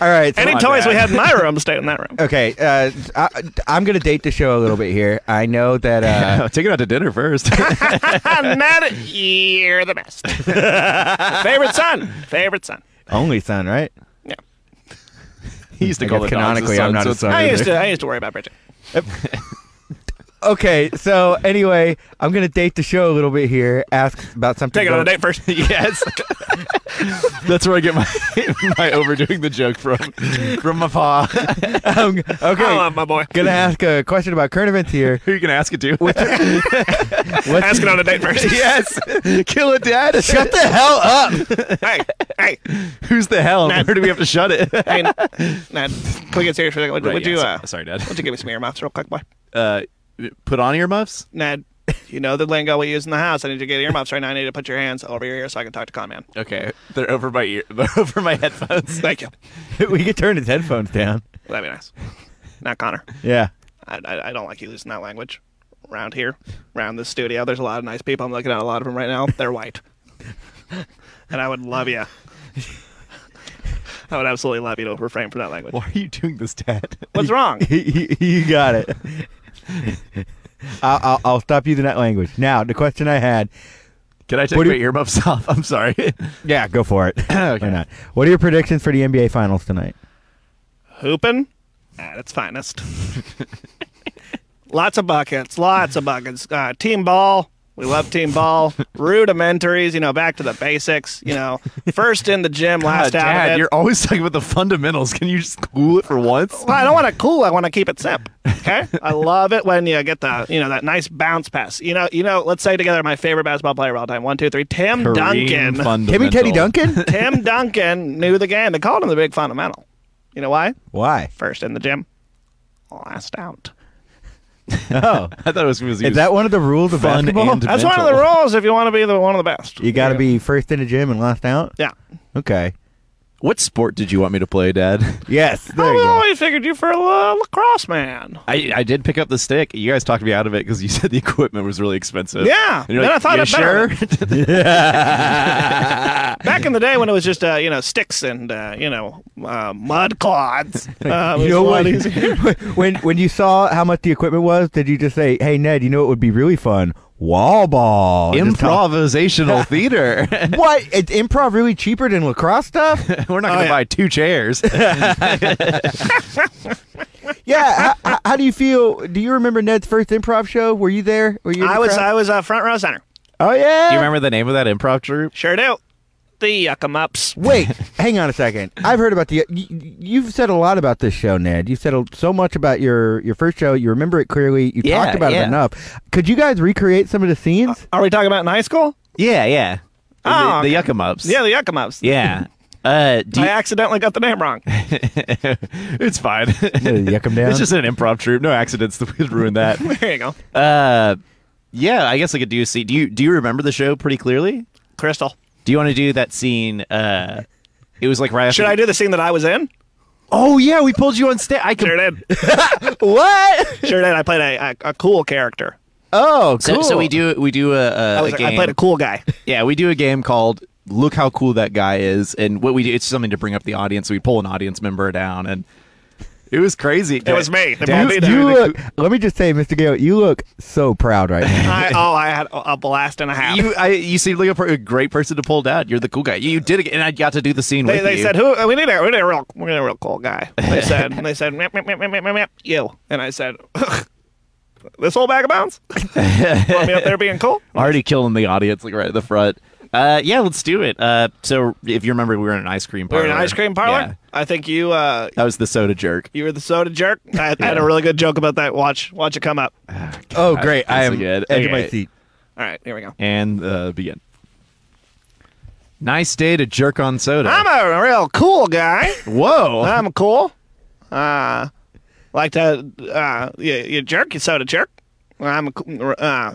Speaker 1: All right. so-
Speaker 3: Any
Speaker 2: on,
Speaker 3: toys we
Speaker 2: Dad.
Speaker 3: had in my room stayed in that room.
Speaker 1: okay. Uh, I, I'm going to date the show a little bit here. I know that. Uh,
Speaker 2: Take it out to dinner first.
Speaker 3: Not you're the best. favorite son. Favorite son.
Speaker 1: only son, right?
Speaker 3: Yeah.
Speaker 2: he used to
Speaker 1: I
Speaker 2: call
Speaker 1: guess
Speaker 2: the dogs
Speaker 1: canonically
Speaker 2: his
Speaker 1: I'm not
Speaker 2: sons,
Speaker 1: a son.
Speaker 2: so-
Speaker 3: I used to I used to worry about Bridget.
Speaker 1: Okay. So, anyway, I'm going to date the show a little bit here. Ask about something.
Speaker 3: Take it on a
Speaker 1: going-
Speaker 3: date first.
Speaker 2: Yes, that's where I get my my overdoing the joke from from my pa.
Speaker 1: Um, okay.
Speaker 3: I love my boy.
Speaker 1: going to ask a question about current events here.
Speaker 2: Who you gonna ask it to?
Speaker 1: What's,
Speaker 3: Ask it on a date first.
Speaker 2: yes, kill it, dad.
Speaker 1: shut the hell up.
Speaker 3: Hey, hey,
Speaker 2: Who's the hell?
Speaker 3: Nah.
Speaker 2: Where do we have to shut it?
Speaker 3: hey. Now, can we get serious for a second? Would,
Speaker 2: Right,
Speaker 3: would
Speaker 2: yeah,
Speaker 3: you,
Speaker 2: so-
Speaker 3: uh,
Speaker 2: sorry, Dad.
Speaker 3: would you give me some earmuffs real quick, boy?
Speaker 2: Uh, put on earmuffs.
Speaker 3: Ned, you know the lingo we use in the house. I need you to get earmuffs right now. I need you to put your hands over your ear so I can talk to Con Man.
Speaker 2: Okay, they're over my ear. They're over my headphones.
Speaker 3: Thank you.
Speaker 1: we could turn his headphones down.
Speaker 3: That'd be nice. Not Connor.
Speaker 1: Yeah.
Speaker 3: I, I, I don't like you using that language around here, around this studio. There's a lot of nice people. I'm looking at a lot of them right now. They're white. and I would love you. I would absolutely love you to refrain from that language.
Speaker 2: Why are you doing this, Dad?
Speaker 3: What's wrong?
Speaker 1: you got it. I'll, I'll, I'll stop using that language. Now, the question I had.
Speaker 2: Can I take
Speaker 1: What do
Speaker 2: my
Speaker 1: you-
Speaker 2: earmuffs off? I'm sorry.
Speaker 1: Yeah, go for it.
Speaker 2: Okay.
Speaker 1: Why not? What are your predictions for the NBA Finals tonight?
Speaker 3: Hooping at its finest. lots of buckets, lots of buckets. Uh, team ball. We love team ball. Rudimentaries, you know, back to the basics. You know, first in the gym, last
Speaker 2: God,
Speaker 3: out
Speaker 2: Uh, Dad,
Speaker 3: of it.
Speaker 2: you're always talking about the fundamentals. Can you just cool it for once?
Speaker 3: Well, I don't want to cool. I want to keep it simple. Okay. I love it when you get the you know that nice bounce pass. You know, you know. Let's say together my favorite basketball player of all time. One, two, three. Tim Duncan.
Speaker 1: Timmy Teddy Duncan?
Speaker 3: Tim Duncan knew the game. They called him the big fundamental. You know why?
Speaker 1: Why?
Speaker 3: First in the gym, last out.
Speaker 1: Oh,
Speaker 2: I thought it was because he
Speaker 1: is
Speaker 2: was-
Speaker 1: that one of the rules of
Speaker 2: Fun
Speaker 1: basketball?
Speaker 2: and-
Speaker 3: That's
Speaker 2: Mental.
Speaker 3: one of the rules if you want to be the one of the best.
Speaker 1: you got to be first in the gym and last out.
Speaker 3: Yeah.
Speaker 1: Okay.
Speaker 2: What sport did you want me to play, Dad?
Speaker 1: Yes. There
Speaker 3: I
Speaker 1: you go.
Speaker 3: always figured you for a la- lacrosse man.
Speaker 2: I, I did pick up the stick. You guys talked me out of it because you said the equipment was really expensive.
Speaker 3: Yeah.
Speaker 2: And you're
Speaker 3: Then
Speaker 2: like,
Speaker 3: I thought
Speaker 2: "You
Speaker 3: it better."
Speaker 2: sure?
Speaker 3: Back in the day when it was just uh, you know sticks and uh, you know uh, mud clods. Uh,
Speaker 1: You
Speaker 3: it was
Speaker 1: know
Speaker 3: a lot
Speaker 1: what?
Speaker 3: easier.
Speaker 1: when when you saw how much the equipment was, did you just say, "Hey Ned, you know what would be really fun? Wall ball." Just talk-
Speaker 2: Improvisational theater.
Speaker 1: What? Is improv really cheaper than lacrosse stuff?
Speaker 2: We're not going to
Speaker 3: Oh, yeah.
Speaker 2: buy two chairs.
Speaker 1: yeah. How, how, how do you feel? Do you remember Ned's first improv show? Were you there? Were you? in
Speaker 3: I
Speaker 1: the
Speaker 3: was
Speaker 1: crowd?
Speaker 3: I was uh, front row center.
Speaker 1: oh yeah.
Speaker 2: Do you remember the name of that improv troupe?
Speaker 3: Sure do. The Yuckum Ups.
Speaker 1: Wait, hang on a second. I've heard about the. You, you've said a lot about this show, Ned. You've said a- so much about your your first show. You remember it clearly. You
Speaker 2: Yeah,
Speaker 1: talked about
Speaker 2: yeah.
Speaker 1: it enough. Could you guys recreate some of the scenes?
Speaker 3: Are we talking about in high school?
Speaker 2: Yeah, yeah.
Speaker 3: Oh,
Speaker 2: the, the
Speaker 3: okay.
Speaker 2: Yuckum Ups.
Speaker 3: Yeah, the Yuckum Ups.
Speaker 2: Yeah. Uh, do
Speaker 3: I
Speaker 2: you-
Speaker 3: accidentally got the name wrong.
Speaker 2: it's fine.
Speaker 1: yuck 'em down.
Speaker 2: Uh, It's just an improv troupe. No accidents that would ruin that.
Speaker 3: There you go.
Speaker 2: Uh, yeah, I guess I could do a scene. Do you do you remember the show pretty clearly?
Speaker 3: Crystal.
Speaker 2: Do you want to do that scene? Uh, it was like right.
Speaker 3: Should I do the scene that I was in?
Speaker 2: Oh yeah, we pulled you on stage. I
Speaker 3: Sure
Speaker 2: could.
Speaker 3: did.
Speaker 1: What?
Speaker 3: Sure did. I played a, a, a cool character.
Speaker 1: Oh, cool.
Speaker 2: So, so we do we do a, a,
Speaker 3: I, was,
Speaker 2: a
Speaker 3: like,
Speaker 2: game.
Speaker 3: I played a cool guy.
Speaker 2: Yeah, we do a game called "Look How Cool That Guy Is," and what we do it's something to bring up the audience. We pull an audience member down, and it was crazy. Uh,
Speaker 3: It was me. The
Speaker 2: Dad-
Speaker 3: movie
Speaker 2: Dad-
Speaker 1: You look. Let me just say, Mr. Gale, you look so proud right now.
Speaker 3: I, oh, I had a a blast and a half.
Speaker 2: you, I, you seem like a, per- a great person to pull down. You're the cool guy. You did it, and I got to do the scene
Speaker 3: they
Speaker 2: with
Speaker 3: they
Speaker 2: you.
Speaker 3: said, "Who? We need a we need a real we need a real cool guy." They said, and they said, meep, meep, meep, meep, meep, meep, "You," and I said, "This whole bag of bounds." Want me up there being cool?
Speaker 2: already killing the audience like right at the front. Uh, yeah, let's do it. Uh, so if you remember, we were in an ice cream
Speaker 3: We're
Speaker 2: parlor.
Speaker 3: in an ice cream parlor.
Speaker 2: Yeah.
Speaker 3: I think you uh,
Speaker 2: That was the soda jerk.
Speaker 3: you were the soda jerk. I, I had a really good joke about that. Watch watch it come up. All
Speaker 1: Oh, great.
Speaker 2: I am good.
Speaker 1: edge of my
Speaker 2: Okay.
Speaker 1: seat.
Speaker 3: right, here we go.
Speaker 2: And uh, begin. Nice day to jerk on soda.
Speaker 3: I'm a real cool guy.
Speaker 2: Whoa.
Speaker 3: I'm cool. Uh, like to uh, you, you jerk, you soda jerk. I'm a cool- uh,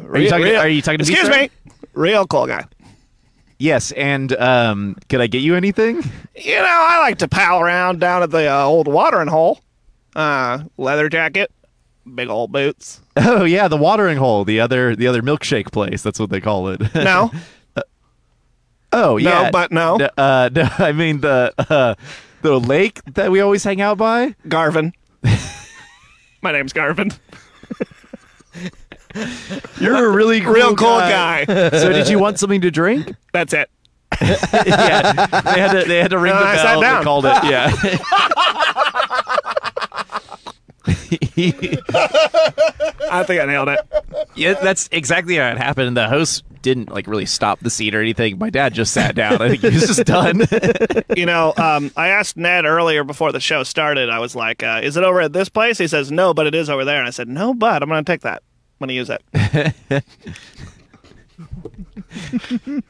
Speaker 3: are
Speaker 2: you talking- are you talking to me,
Speaker 3: Excuse
Speaker 2: sir?
Speaker 3: me, real cool guy.
Speaker 2: yes, and um, could I get you anything?
Speaker 3: You know, I like to pal around down at the uh, old watering hole. Uh, leather jacket, big old boots.
Speaker 2: Oh yeah, the watering hole, the other the other milkshake place. That's what they call it.
Speaker 3: No,
Speaker 2: oh yeah.
Speaker 3: but no.
Speaker 2: N- uh, no, I mean the uh, the lake that we always hang out by.
Speaker 3: Garvin. My name's Garvin.
Speaker 2: You're a really cool
Speaker 3: Real cool guy.
Speaker 2: so did you want something to drink?
Speaker 3: That's it.
Speaker 2: yeah, they had to they had to ring
Speaker 3: No,
Speaker 2: the
Speaker 3: I
Speaker 2: bell.
Speaker 3: sat
Speaker 2: They
Speaker 3: down.
Speaker 2: called it. Yeah.
Speaker 3: I think I nailed it.
Speaker 2: yeah, that's exactly how it happened. The host didn't like really stop the seat or anything. My dad just sat down. I think he was just done.
Speaker 3: You know, um, I asked Ned earlier before the show started. I was like, uh, "Is it over at this place?" He says, "No, but it is over there." And I said, "No, but I'm going to take that. I'm going to use it."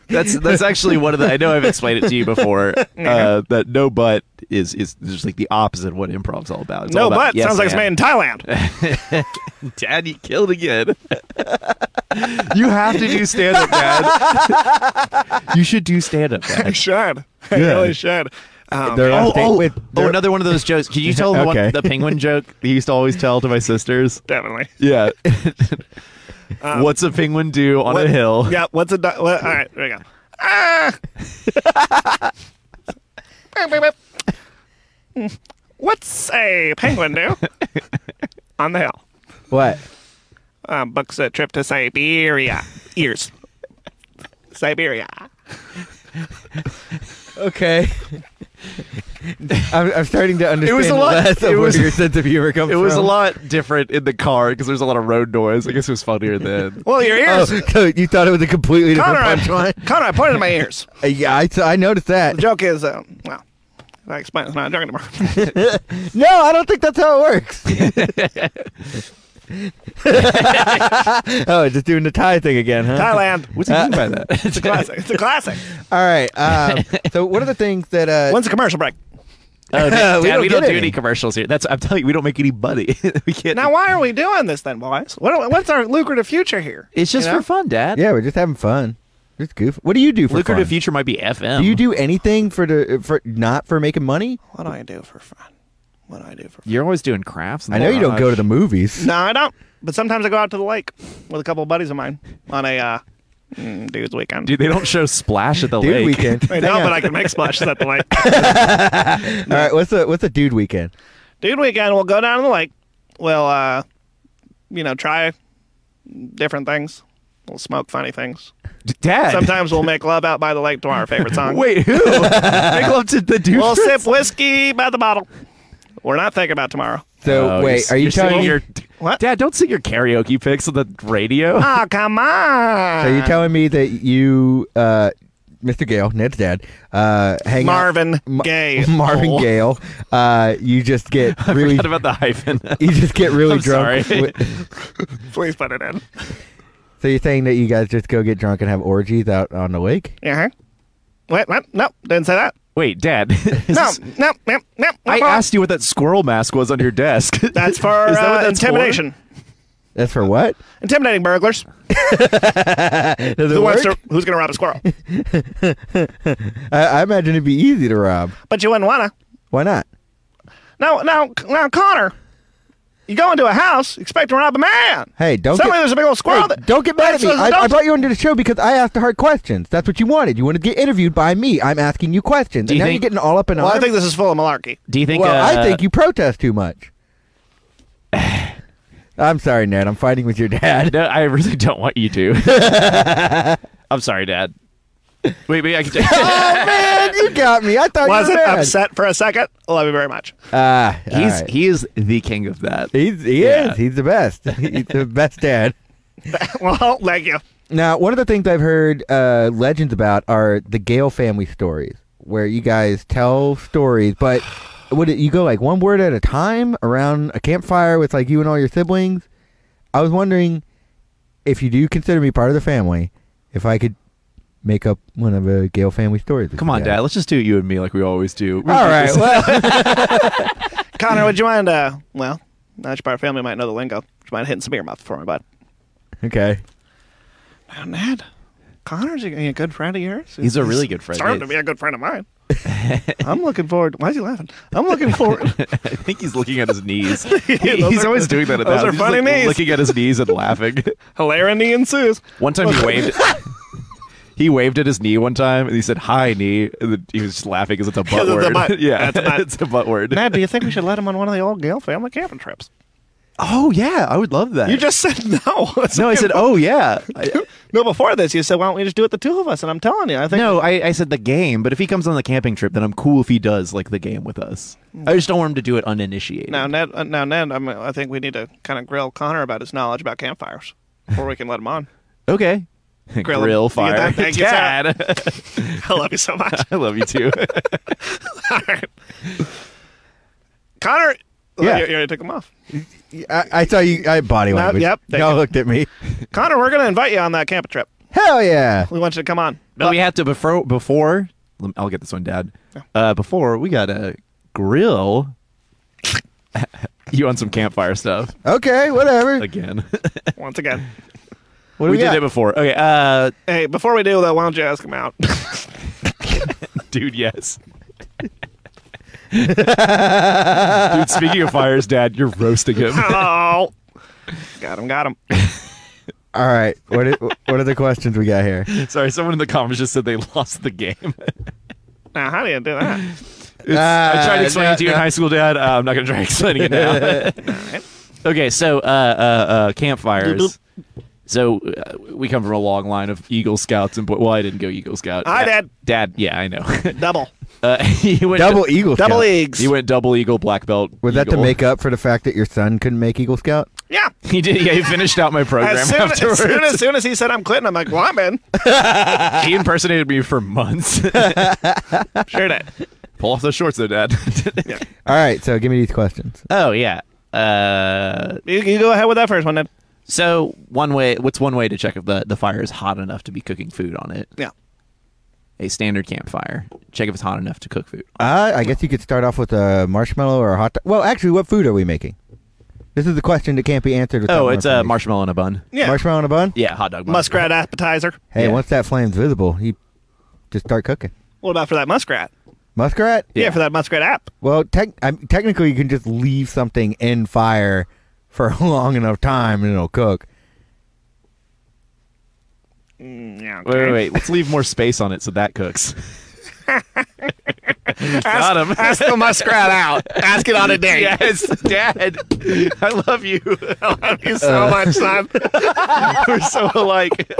Speaker 2: that's that's actually one of the. I know I've explained it to you before. Uh, that no but is is just like the opposite of what improv's all about. It's
Speaker 3: no,
Speaker 2: all about
Speaker 3: but
Speaker 2: yes
Speaker 3: sounds like it's made
Speaker 2: and.
Speaker 3: in Thailand.
Speaker 2: Dad, you killed again. you have to do stand up, Dad. you should do stand up, Dad.
Speaker 3: I should. I really should. Um,
Speaker 1: They're on
Speaker 2: Oh,
Speaker 1: stage
Speaker 2: oh,
Speaker 1: with-
Speaker 2: oh,
Speaker 1: they're-
Speaker 2: another one of those jokes. Can you tell the
Speaker 1: Okay.
Speaker 2: one, the penguin joke that you used to always tell to my sisters?
Speaker 3: definitely.
Speaker 2: Yeah. What's a penguin do on a
Speaker 3: What-
Speaker 2: hill?
Speaker 3: Yeah. What's a do- what, all right? There we go. Ah! Boop, boop, boop. Mm. What's a penguin do? On the hill.
Speaker 1: What?
Speaker 3: Um, books a trip to Siberia. Ears. Siberia.
Speaker 1: Okay. I'm, I'm starting to understand
Speaker 2: a lot-
Speaker 1: less of
Speaker 2: it was-
Speaker 1: where your sense of humor comes
Speaker 2: It
Speaker 1: from.
Speaker 2: was a lot different in the car because there's a lot of road noise. I guess it was funnier then.
Speaker 3: Well, your
Speaker 1: Oh,
Speaker 3: ears.
Speaker 1: so you thought it was a completely different
Speaker 3: Connor, I,
Speaker 1: punchline?
Speaker 3: Connor, I pointed at my ears.
Speaker 1: Uh, yeah, I, I noticed that.
Speaker 3: The joke is, uh, well, if I explain, it's not a joke anymore.
Speaker 1: No, I don't think that's how it works. oh, just doing the Thai thing again, huh? Uh,
Speaker 3: Thailand.
Speaker 2: What do you mean by that?
Speaker 3: It's a classic. It's a classic.
Speaker 1: All right. Um, so, what are the things that? Uh,
Speaker 3: When's the commercial break?
Speaker 2: Oh, Dad,
Speaker 1: We
Speaker 2: we
Speaker 1: don't get
Speaker 2: don't, do
Speaker 1: any.
Speaker 2: any commercials here. That's I'm telling you, we don't make any money. we can't.
Speaker 3: Now, why are we doing this then, boys? What, what's our lucrative future here?
Speaker 2: it's just
Speaker 3: you know?
Speaker 2: for fun, Dad.
Speaker 1: yeah, we're just having fun. Just goof. What do you do for
Speaker 2: Lucrative
Speaker 1: fun?
Speaker 2: future might be FM.
Speaker 1: Do you do anything for the for not for making money?
Speaker 3: What do I do for fun? What do I do for fun?
Speaker 2: You're always doing crafts. in
Speaker 1: I
Speaker 2: the
Speaker 1: know you don't
Speaker 2: garage.
Speaker 1: go to the movies.
Speaker 3: No, I don't. But sometimes I go out to the lake with a couple of buddies of mine on a uh, mm, dude's weekend.
Speaker 2: Dude, they don't show splash at the
Speaker 1: Dude
Speaker 2: lake.
Speaker 1: weekend.
Speaker 3: I know, but I can make splashes at the lake.
Speaker 1: All right, what's the what's a dude weekend?
Speaker 3: Dude weekend, we'll go down to the lake. We'll, uh, you know, try different things. We'll smoke funny things.
Speaker 2: D- Dad.
Speaker 3: Sometimes we'll make love out by the lake to our favorite song.
Speaker 2: Wait, who? make love to the dude.
Speaker 3: We'll sip whiskey by the bottle. We're not thinking about tomorrow.
Speaker 1: So
Speaker 2: Oh,
Speaker 1: wait,
Speaker 2: you're-
Speaker 1: are you
Speaker 2: you're singing
Speaker 1: telling
Speaker 2: your
Speaker 3: What?
Speaker 2: Dad, don't sing your karaoke picks on the radio.
Speaker 1: Ah.
Speaker 3: Oh, come on.
Speaker 1: So you're telling me that you, uh, Mr. Gale, Ned's dad, uh, hang
Speaker 3: Marvin
Speaker 1: out, Ma-
Speaker 3: Gaye.
Speaker 1: Marvin Gale, uh, you just get really,
Speaker 2: Forgot about the hyphen.
Speaker 1: you just get really
Speaker 2: I'm
Speaker 1: drunk.
Speaker 2: sorry.
Speaker 1: with-
Speaker 3: Please put it in. Uh-huh.
Speaker 1: so you're saying that you guys just go get drunk and have orgies out on the lake?
Speaker 3: Uh-huh. Wait, what? No, didn't say that.
Speaker 2: Wait, Dad. is
Speaker 3: No,
Speaker 2: this-
Speaker 3: no, no, no.
Speaker 2: I
Speaker 3: no.
Speaker 2: asked you what that squirrel mask was on your desk.
Speaker 3: That's for
Speaker 2: Is that what
Speaker 3: uh,
Speaker 2: that's for?
Speaker 3: intimidation.
Speaker 1: That's for what?
Speaker 3: Intimidating burglars.
Speaker 1: Does
Speaker 3: Who
Speaker 1: it
Speaker 3: wants
Speaker 1: work?
Speaker 3: to? Who's going to rob a squirrel?
Speaker 1: I, I imagine it'd be easy to rob.
Speaker 3: but you wouldn't wanna.
Speaker 1: Why not?
Speaker 3: No, no, now, Connor. You go into a house, expect to rob a man.
Speaker 1: Hey, don't
Speaker 3: Suddenly
Speaker 1: get-
Speaker 3: there's a big old squirrel.
Speaker 1: Hey,
Speaker 3: that-
Speaker 1: don't get mad at me.
Speaker 3: That's-
Speaker 1: I, I
Speaker 3: don't-
Speaker 1: brought you into the show because I asked the hard questions. That's what you wanted. You wanted to get interviewed by me. I'm asking you questions.
Speaker 2: Do you
Speaker 1: and now
Speaker 2: think-
Speaker 1: you're getting all up in
Speaker 3: well, I
Speaker 1: arms.
Speaker 3: think this is full of malarkey.
Speaker 2: Do you think?
Speaker 1: well,
Speaker 2: uh,
Speaker 1: I think you protest too much. I'm sorry, Ned. I'm fighting with your dad.
Speaker 2: No, I really don't want you to. I'm sorry, Dad. Wait, wait, I can.
Speaker 1: oh man, you got me. I thought
Speaker 3: Was
Speaker 1: you
Speaker 3: it
Speaker 1: were mad.
Speaker 3: upset for a second? Love you very much.
Speaker 1: Ah, all
Speaker 2: He's
Speaker 1: right.
Speaker 2: he is the king of that.
Speaker 1: he's he
Speaker 2: Yeah.
Speaker 1: is. He's the best. He's the best dad.
Speaker 3: well, thank you.
Speaker 1: Now, one of the things I've heard uh, legends about are the Gale family stories, where you guys tell stories, but would it, you go like one word at a time around a campfire with like you and all your siblings? I was wondering if you do consider me part of the family, if I could make up one of the Gale family stories. with
Speaker 2: Come
Speaker 1: you
Speaker 2: on,
Speaker 1: guys.
Speaker 2: Dad. Let's just do it, you and me, like we always do.
Speaker 1: All right, well,
Speaker 3: Connor, would you mind, uh, well, now that your part of family might know the lingo, would you mind hitting some ear muff for me, bud?
Speaker 1: okay.
Speaker 3: Now, Ned, Connor's a, a good friend of yours?
Speaker 2: He's a really good friend.
Speaker 3: starting to be a good friend of mine. I'm looking forward. Why is he laughing? I'm looking forward.
Speaker 2: I think he's looking at his knees. He-
Speaker 3: those
Speaker 2: he's
Speaker 3: are-
Speaker 2: always doing that. At
Speaker 3: those
Speaker 2: the house.
Speaker 3: are
Speaker 2: He's just,
Speaker 3: funny
Speaker 2: like,
Speaker 3: knees.
Speaker 2: Looking at his knees and laughing.
Speaker 3: Hilarity ensues.
Speaker 2: One time he waved. He waved at his knee one time and he said "Hi, knee," and then he was just laughing because it's a butt
Speaker 3: it's a
Speaker 2: word.
Speaker 3: butt.
Speaker 2: yeah,
Speaker 3: That's a butt.
Speaker 2: it's a butt word.
Speaker 3: Ned, do you think we should let him on one of the old Gale family camping trips?
Speaker 2: Oh yeah, I would love that.
Speaker 3: You just said no.
Speaker 2: no, I said oh yeah. I,
Speaker 3: no. Before this, you said, "Why don't we just do it the two of us?" And I'm telling you, I think
Speaker 2: no, I, I said the game. But if he comes on the camping trip, then I'm cool if he does like the game with us. I just don't want him to do it uninitiated.
Speaker 3: now, Ned, uh, now Ned, I, mean, I think we need to kind of grill Connor about his knowledge about campfires before we can let him on.
Speaker 2: okay.
Speaker 3: Grill him.
Speaker 2: Grill
Speaker 3: You get
Speaker 2: fire,
Speaker 3: that thing, it's out.
Speaker 2: Dad.
Speaker 3: I love you so much.
Speaker 2: I love you too.
Speaker 3: All right. Connor,
Speaker 1: Yeah.
Speaker 3: you, you already took him off.
Speaker 1: I, I saw you. I body
Speaker 3: No,
Speaker 1: language.
Speaker 3: yep, thank
Speaker 1: Y'all
Speaker 3: you.
Speaker 1: looked at me.
Speaker 3: Connor, we're going to invite you on that camping trip.
Speaker 1: Hell yeah!
Speaker 3: We want you to come on.
Speaker 2: But we have to before before lem- I'll get this one, Dad. Uh, before we gotta grill you on some campfire stuff
Speaker 1: Okay, whatever.
Speaker 2: again.
Speaker 3: Once again.
Speaker 1: what do
Speaker 2: we
Speaker 1: we,
Speaker 2: did
Speaker 1: got?
Speaker 2: it before. Okay, uh,
Speaker 3: Hey, before we do that, why don't you ask him out?
Speaker 2: dude, yes. dude, speaking of fires, Dad, you're roasting him.
Speaker 3: oh, got him, got him.
Speaker 1: All right. What i- what are the questions we got here?
Speaker 2: Sorry, someone in the comments just said they lost the game.
Speaker 3: Now, how do you do that?
Speaker 2: It's- I tried
Speaker 1: Ah,
Speaker 2: to explain
Speaker 1: no,
Speaker 2: it to you in
Speaker 1: no.
Speaker 2: high school, Dad. Uh, I'm not going to try explaining it now. okay, so uh, uh, uh, campfires. So uh, we come from a long line of Eagle Scouts and boy. Well, I didn't go Eagle Scout.
Speaker 3: I
Speaker 2: Da-
Speaker 3: did.
Speaker 2: Dad, yeah, I know.
Speaker 3: Double.
Speaker 2: Uh, he went
Speaker 1: Double Eagle Scout.
Speaker 3: Double eggs.
Speaker 2: He went double Eagle black belt.
Speaker 1: Was that to
Speaker 2: Eagle.
Speaker 1: make up for the fact that your son couldn't make Eagle Scout?
Speaker 3: yeah.
Speaker 2: He did. Yeah, he finished out my program
Speaker 3: As soon as,
Speaker 2: afterwards.
Speaker 3: soon as soon as he said I'm Clinton, I'm like, well, I'm in.
Speaker 2: he impersonated me for months.
Speaker 3: Sure did.
Speaker 2: Pull off those shorts, though, Dad.
Speaker 3: Yeah.
Speaker 1: All right. So give me these questions.
Speaker 2: oh yeah. Uh,
Speaker 3: You, you go ahead with that first one, then.
Speaker 2: so one way. What's one way to check if the the fire is hot enough to be cooking food on it?
Speaker 3: Yeah.
Speaker 2: A standard campfire. Check if it's hot enough to cook food.
Speaker 1: Uh, I guess you could start off with a marshmallow or a hot dog. Well, actually, what food are we making? This is the question that can't be answered. without
Speaker 2: Oh,
Speaker 1: more
Speaker 2: it's a
Speaker 1: information.
Speaker 2: marshmallow in a bun.
Speaker 3: Yeah.
Speaker 1: Marshmallow on a bun.
Speaker 2: Yeah, hot dog. Bun.
Speaker 3: Muskrat appetizer.
Speaker 1: Hey,
Speaker 2: Yeah.
Speaker 1: once that flame's visible, you just start cooking.
Speaker 3: What about for that muskrat?
Speaker 1: Muskrat?
Speaker 3: Yeah,
Speaker 2: Yeah.
Speaker 3: for that muskrat app.
Speaker 1: Well, tec- I mean, technically, you can just leave something in fire for a long enough time and it'll cook.
Speaker 3: Mm, yeah.
Speaker 2: Wait,
Speaker 3: okay.
Speaker 2: wait, wait. Let's leave more space on it so that cooks. Got him.
Speaker 3: Ask the muskrat out. Ask it on a date.
Speaker 2: Yes, Dad. I love you.
Speaker 3: I love you
Speaker 2: Uh.
Speaker 3: so much, son.
Speaker 2: We're so alike.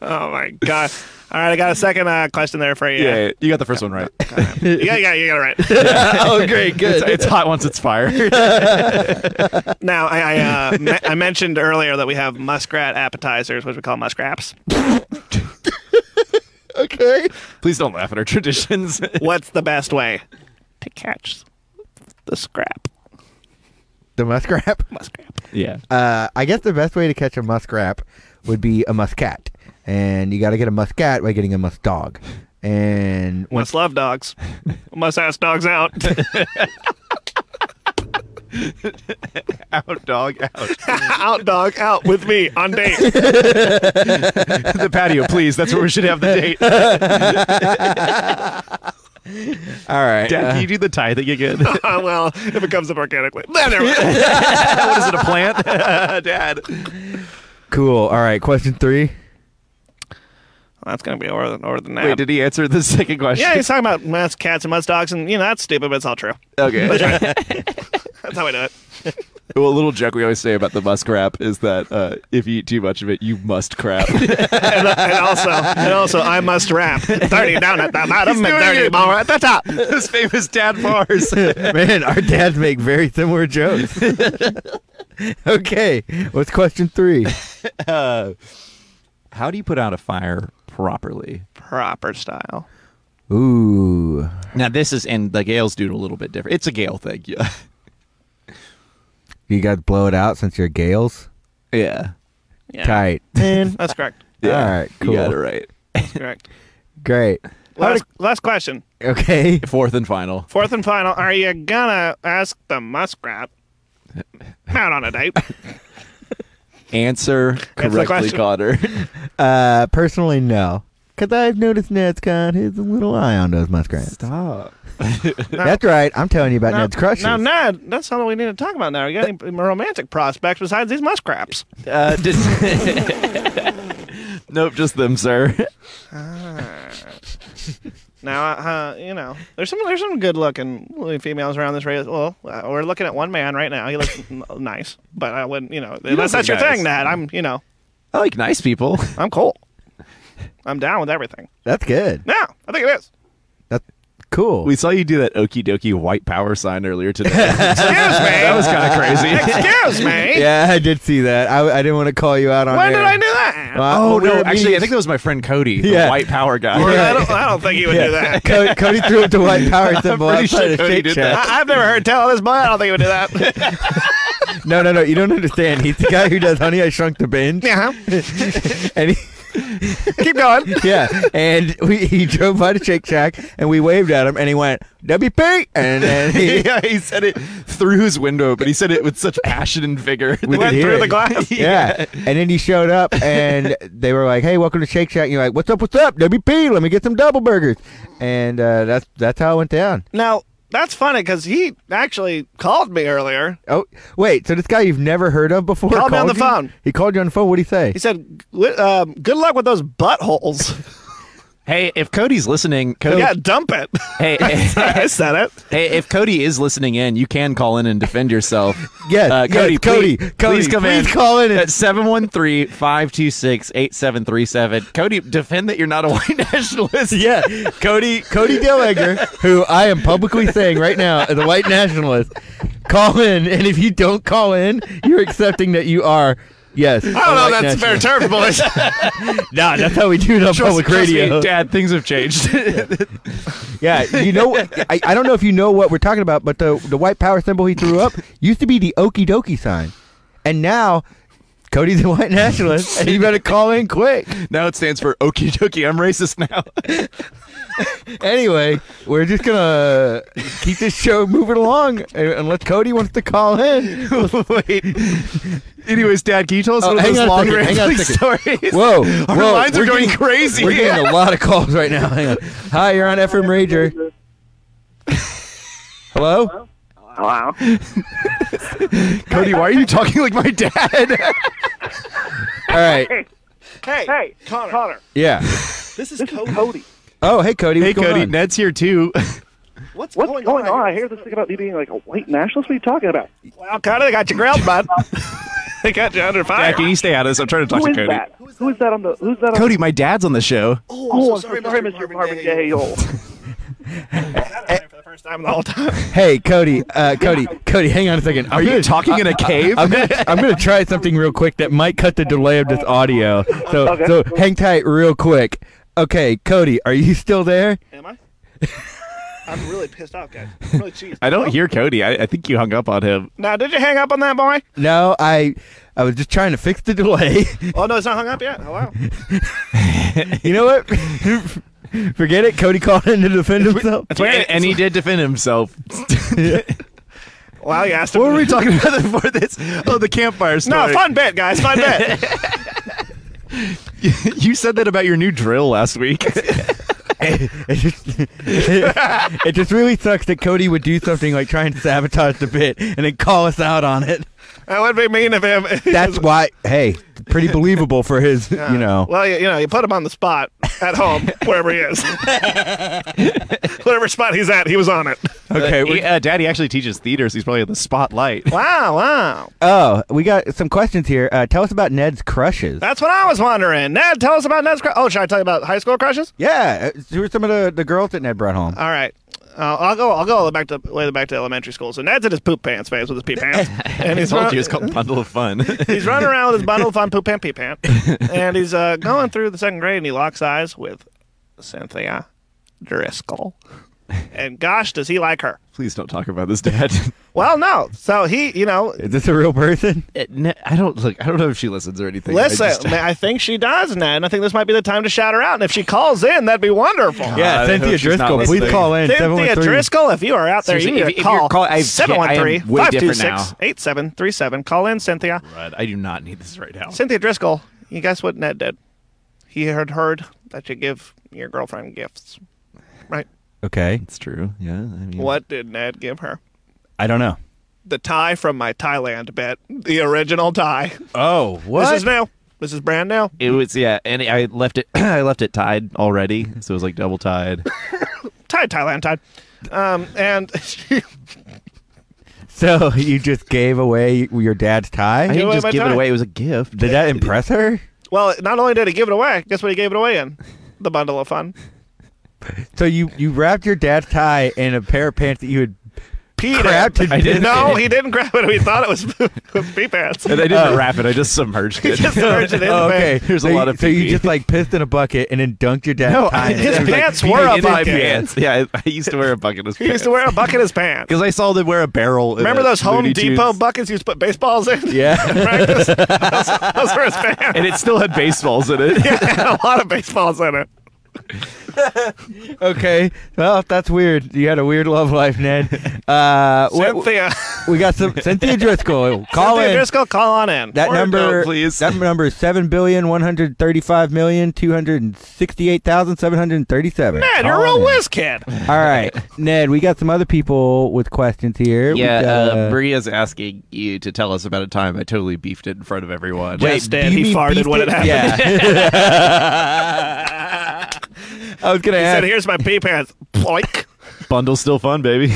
Speaker 3: Oh my god. All right, I got a second uh, question there for you.
Speaker 2: Yeah, you got the first one right.
Speaker 3: You got, you got, you got it right.
Speaker 1: oh, great,
Speaker 2: It's, it's hot once it's fired.
Speaker 3: Now, I I, uh, me- I mentioned earlier that we have muskrat appetizers, which we call muscraps.
Speaker 1: okay.
Speaker 2: Please don't laugh at our traditions.
Speaker 3: What's the best way to catch the scrap?
Speaker 1: The muskrat.
Speaker 3: Muskrat.
Speaker 2: yeah.
Speaker 1: Uh, I guess the best way to catch a muskrat would be a muscat, and you got to get a muscat by getting a musk dog. And when
Speaker 3: Must love dogs. Must ask dogs out.
Speaker 2: Out, dog, out.
Speaker 3: out dog, out with me on date.
Speaker 2: the patio, please. That's where we should have the date.
Speaker 1: all right,
Speaker 2: Dad, can you do the tie that you get? what
Speaker 3: Uh, well, if it comes up organically. No, never mind.
Speaker 2: is it, a plant? Dad.
Speaker 1: cool. All right, question three.
Speaker 3: That's going to be over the, over the nap.
Speaker 2: Wait, did he answer the second question?
Speaker 3: yeah, he's talking about must cats and must dogs, and, you know, that's stupid, but it's all true.
Speaker 2: Okay.
Speaker 3: That's how we do it.
Speaker 2: well, a little joke we always say about the musk crap is that uh, if you eat too much of it, you must crap.
Speaker 3: and, uh, and also, and also, I must rap. Dirty down at the bottom and
Speaker 2: doing
Speaker 3: dirty
Speaker 2: it.
Speaker 3: more at the top.
Speaker 2: Those famous dad bars.
Speaker 1: Man, our dads make very similar jokes. okay, what's question three?
Speaker 2: Uh, How do you put out a fire properly?
Speaker 3: Proper style.
Speaker 1: Ooh,
Speaker 2: Now, this is, and the Gales do it a little bit different. It's a Gale thing. Yeah.
Speaker 1: you guys blow it out since you're Gales.
Speaker 2: Yeah.
Speaker 3: Yeah.
Speaker 1: Tight. Man.
Speaker 3: That's correct.
Speaker 1: Yeah. All right, cool.
Speaker 2: You got it right.
Speaker 3: That's correct.
Speaker 1: Great. How
Speaker 3: Last,
Speaker 1: did-
Speaker 3: last question.
Speaker 1: okay.
Speaker 2: Fourth and final.
Speaker 3: Fourth and final. Are you gonna ask the muskrat out on a date?
Speaker 2: Answer correctly,
Speaker 3: question.
Speaker 2: Cotter.
Speaker 1: Uh, personally, no. Because I've noticed Ned's got his little eye on those muskrats.
Speaker 2: Stop.
Speaker 1: That's right. I'm telling you about Ned's crushes.
Speaker 3: Now, Ned, that's all we need to talk about now. You got any romantic prospects besides these muskrats?
Speaker 2: Uh, just- nope, just them, sir.
Speaker 3: Now, uh, you know, there's some there's some good looking females around this race. Well, uh, we're looking at one man right now. He looks n- nice, but I wouldn't, you know, unless
Speaker 2: look
Speaker 3: that's your
Speaker 2: nice.
Speaker 3: thing, Ned. I'm, you know,
Speaker 2: I like nice people.
Speaker 3: I'm cool. I'm down with everything.
Speaker 1: That's good.
Speaker 3: No, I think it is.
Speaker 1: That's cool.
Speaker 2: We saw you do that okie dokie white power sign earlier today. that
Speaker 3: Excuse me. that
Speaker 2: was kind of crazy.
Speaker 3: Excuse me.
Speaker 1: yeah, I did see that. I, I didn't want to call you out on
Speaker 3: When
Speaker 1: air.
Speaker 3: did I do that?
Speaker 1: Well,
Speaker 2: Oh,
Speaker 1: we were
Speaker 2: no,
Speaker 1: at
Speaker 2: actually, I
Speaker 1: meetings.
Speaker 2: think that was my friend Cody, the
Speaker 1: Yeah.
Speaker 2: white power guy.
Speaker 3: I, don't, I don't think he would do that.
Speaker 1: Co- Cody threw up the white power symbol
Speaker 2: pretty
Speaker 1: outside
Speaker 2: sure
Speaker 1: of
Speaker 2: Cody
Speaker 1: Shake
Speaker 2: did
Speaker 1: Shack.
Speaker 3: I, I've never heard tell of this, but I don't think he would do that.
Speaker 1: No, no, no. You don't understand. He's the guy who does Honey, I Shrunk the Bench.
Speaker 3: yeah.
Speaker 1: And he,
Speaker 3: Keep going.
Speaker 1: yeah. And we, he drove by the Shake Shack and we waved at him and he went, WP. And then he,
Speaker 2: yeah, he said it through his window, but he said it with such passion and vigor.
Speaker 1: We
Speaker 3: Went
Speaker 1: could hear
Speaker 3: through
Speaker 1: it.
Speaker 3: the glass.
Speaker 1: Yeah. And then he showed up and they were like, Hey, welcome to Shake Shack. And you're like, What's up, what's up? WP, let me get some double burgers. And uh, that's that's how it went down.
Speaker 3: Now, that's funny because he actually called me earlier.
Speaker 1: Oh, wait. So this guy you've never heard of before
Speaker 3: Called me on the
Speaker 1: you?
Speaker 3: phone.
Speaker 1: He called you on the phone. What would he say?
Speaker 3: He said, "Gl- um, "Good luck with those buttholes.
Speaker 2: Hey, if Cody's listening, Cody,
Speaker 3: yeah, dump it."
Speaker 2: hey, hey,
Speaker 3: I said it.
Speaker 2: hey, if Cody is listening in, you can call in and defend yourself.
Speaker 1: Yes,
Speaker 2: Uh,
Speaker 1: yes,
Speaker 2: Cody,
Speaker 1: Cody,
Speaker 2: please,
Speaker 1: Cody,
Speaker 2: please come
Speaker 1: please
Speaker 2: in.
Speaker 1: call in and-
Speaker 2: at 713-526-8737. Cody, defend that you're not a white nationalist.
Speaker 1: yeah, Cody Cody Dillinger, who I am publicly saying right now is a white nationalist. Call in, and if you don't call in, you're accepting that you are. Yes,
Speaker 3: I don't know. if That's a fair term, boys.
Speaker 1: Nah, that's how we do it on public
Speaker 2: Trust me,
Speaker 1: radio.
Speaker 2: Dad, things have changed.
Speaker 1: yeah, you know, I, I don't know if you know what we're talking about, but the the white power symbol he threw up used to be the okie dokie sign, and now Cody's a white nationalist, and you better call in quick.
Speaker 2: now it stands for okie dokie. I'm racist now.
Speaker 1: Anyway, we're just gonna keep this show moving along, and- unless Cody wants to call in.
Speaker 2: Wait. Anyways, Dad, can you tell us
Speaker 1: Oh,
Speaker 2: one of
Speaker 1: hang
Speaker 2: those
Speaker 1: on a
Speaker 2: long
Speaker 1: second, hang on a
Speaker 2: rambling stories?
Speaker 1: Whoa,
Speaker 2: Our
Speaker 1: whoa,
Speaker 2: lines are
Speaker 1: we're
Speaker 2: going
Speaker 1: getting-
Speaker 2: crazy.
Speaker 1: We're getting a lot of calls right now. Hang on. Hi, you're on FM Rager. Hello?
Speaker 4: Wow.
Speaker 2: Cody, why are you talking like my dad?
Speaker 1: All right.
Speaker 3: hey,
Speaker 4: Hey,
Speaker 3: Connor.
Speaker 1: Yeah.
Speaker 3: This is Cody.
Speaker 4: Cody,
Speaker 1: Oh, hey, Cody.
Speaker 2: hey,
Speaker 1: what's going
Speaker 2: Cody,
Speaker 1: on?
Speaker 2: Ned's here too.
Speaker 3: What's,
Speaker 4: what's going, on? I hear this thing about you being like a white nationalist. What are you talking about?
Speaker 3: Well, Connor, they got you grilled, bud. they got you under fire.
Speaker 2: Dad, can you stay out of this? I'm trying to talk
Speaker 4: Who
Speaker 2: to
Speaker 4: is
Speaker 2: Cody.
Speaker 4: that? Who is that on the? Who's that on?
Speaker 2: Cody, my dad's on the show.
Speaker 4: Oh, I'm so sorry, Mr. Marvin Gaye.
Speaker 3: for the first time in the whole time?
Speaker 1: Hey, Cody. Uh, Cody. Cody, hang on a second. Are
Speaker 2: Are you talking in a cave?
Speaker 1: Uh, I'm gonna, I'm gonna try something real quick that might cut the delay of this audio. So,
Speaker 4: Okay.
Speaker 1: so hang tight, real quick. Okay, Cody, are you still there?
Speaker 3: Am I? I'm really pissed off, guys. I'm really cheesed.
Speaker 2: I don't hear Cody. I, I think you hung up on him.
Speaker 3: Now, did you hang up on that boy?
Speaker 1: No, I, I was just trying to fix the delay.
Speaker 3: Oh no, it's not hung up yet. Hello.
Speaker 1: you know what? Forget it. Cody called in to defend himself.
Speaker 2: And, and he did defend himself.
Speaker 3: Well, you asked him.
Speaker 2: what were we talking about before this? Oh, the campfire
Speaker 3: no,
Speaker 2: story.
Speaker 3: fun bit, guys. Fun bit.
Speaker 2: You said that about your new drill last week.
Speaker 1: it just it just really sucks that Cody would do something like try and sabotage the bit and then call us out on it.
Speaker 3: that would be mean of him.
Speaker 1: That's why. Hey, pretty believable for his. You know.
Speaker 3: Well, you, you know, you put him on the spot at home, wherever he is, whatever spot he's at, he was on it.
Speaker 1: Okay.
Speaker 2: He-
Speaker 1: we-
Speaker 2: uh, Daddy actually teaches theater, so he's probably in the spotlight.
Speaker 3: Wow, wow.
Speaker 1: Oh, we got some questions here. Uh, tell us about Ned's crushes.
Speaker 3: That's what I was wondering. Ned, tell us about Ned's crush. Oh, should I tell you about high school crushes?
Speaker 1: Yeah, uh, who were some of the, the girls that Ned brought home?
Speaker 3: All right. Uh, I'll go. I'll go all the back to way back to elementary school. So Ned's in his poop pants phase with his pee pants, and
Speaker 2: I
Speaker 3: he's
Speaker 2: told
Speaker 3: run-
Speaker 2: you it's called Bundle of Fun.
Speaker 3: he's running around with his bundle of fun poop pant pee pant, and he's uh, going through the second grade, and he locks eyes with Cynthia Driscoll, and gosh, does he like her?
Speaker 2: Please don't talk about this, Dad.
Speaker 3: Well, no. So he, you know,
Speaker 1: Is this a real person?
Speaker 2: I don't look. I don't know if she listens or anything.
Speaker 3: Listen, I, I think she does, Ned, and I think this might be the time to shout her out. And if she calls in, that'd be wonderful.
Speaker 1: Yeah,
Speaker 2: I
Speaker 1: Cynthia
Speaker 2: hope Uh, she's not
Speaker 1: Driscoll. Please
Speaker 2: listening.
Speaker 1: call in.
Speaker 3: Cynthia
Speaker 1: 713.
Speaker 3: Driscoll, if you are out there,
Speaker 2: Seriously, if-
Speaker 3: you need
Speaker 2: if
Speaker 3: to
Speaker 2: you're
Speaker 3: call,
Speaker 2: call- I- I am way different now.
Speaker 3: 713-526-8737. Call in, Cynthia.
Speaker 2: I do not need this right now.
Speaker 3: Cynthia Driscoll, you guess what Ned did? He had heard that you give your girlfriend gifts, right?
Speaker 1: Okay,
Speaker 2: It's true. Yeah. I mean,
Speaker 1: Hmm.
Speaker 3: What did Ned give her?
Speaker 1: I don't know.
Speaker 3: The tie from my Thailand bet, the original tie.
Speaker 1: Oh, what?
Speaker 3: This is new. This is brand new.
Speaker 2: It was yeah, and I left it. I left it tied already, so it was like double tied.
Speaker 3: Tied Thailand, tied. Um, and she
Speaker 1: so you just gave away your dad's
Speaker 2: I
Speaker 1: tie?
Speaker 3: away
Speaker 2: didn't just
Speaker 3: my
Speaker 2: give
Speaker 3: tie.
Speaker 2: it away. It was a gift.
Speaker 1: Did that impress her?
Speaker 3: Well, not only did he give it away, guess what he gave it away in? The bundle of fun.
Speaker 1: So you you wrapped your dad's tie in a pair of pants that you had
Speaker 3: Pete.
Speaker 1: Grabbed it. I didn't.
Speaker 3: No, he didn't grab it. We thought it was with pee pants.
Speaker 2: And I didn't wrap it. I just submerged it.
Speaker 3: Oh. Just merged it in
Speaker 1: Oh,
Speaker 3: the
Speaker 1: okay.
Speaker 3: bag.
Speaker 2: Here's a
Speaker 1: so
Speaker 2: lot
Speaker 1: you,
Speaker 2: of
Speaker 1: So you
Speaker 2: pee-pee.
Speaker 1: just like pissed in a bucket and then dunked your dad's
Speaker 2: No,
Speaker 1: tie.
Speaker 2: I-
Speaker 1: in it.
Speaker 3: His
Speaker 1: It was like-
Speaker 3: pants were a
Speaker 2: in my
Speaker 3: bucket.
Speaker 2: pants. Yeah, I, I used to wear a bucket as
Speaker 3: He used to wear a bucket in his pants.
Speaker 2: because I saw them wear a barrel. in
Speaker 3: Remember
Speaker 2: the
Speaker 3: those Home
Speaker 2: Looney Tunes.
Speaker 3: Depot buckets you used to put baseballs in?
Speaker 1: yeah.
Speaker 3: Practice? those, those were his pants.
Speaker 2: and it still had baseballs in it.
Speaker 3: a lot of baseballs in it.
Speaker 1: okay. Well, that's weird. You had a weird love life, Ned. Uh, what-
Speaker 3: Cynthia.
Speaker 1: we got some Cynthia Driscoll. Call
Speaker 3: Cynthia
Speaker 1: in.
Speaker 3: Driscoll, call on in.
Speaker 1: That
Speaker 2: Or
Speaker 1: number,
Speaker 2: no, please.
Speaker 1: That number is seven billion one hundred thirty-five million two hundred sixty-eight thousand seven hundred thirty-seven.
Speaker 3: Ned, you're a real whiz kid.
Speaker 1: All right, Ned. We got some other people with questions here. We
Speaker 2: Yeah,
Speaker 1: got,
Speaker 2: uh, Maria's asking you to tell us about a time I totally beefed it in front of everyone.
Speaker 3: Wait,
Speaker 1: do
Speaker 3: Dad,
Speaker 1: you
Speaker 3: he
Speaker 1: mean
Speaker 3: farted
Speaker 1: beefed
Speaker 3: when it happened.
Speaker 1: Yeah. I was gonna
Speaker 3: He said,
Speaker 1: ask.
Speaker 3: here's my pee pants. Ploink.
Speaker 2: Bundle's still fun, baby.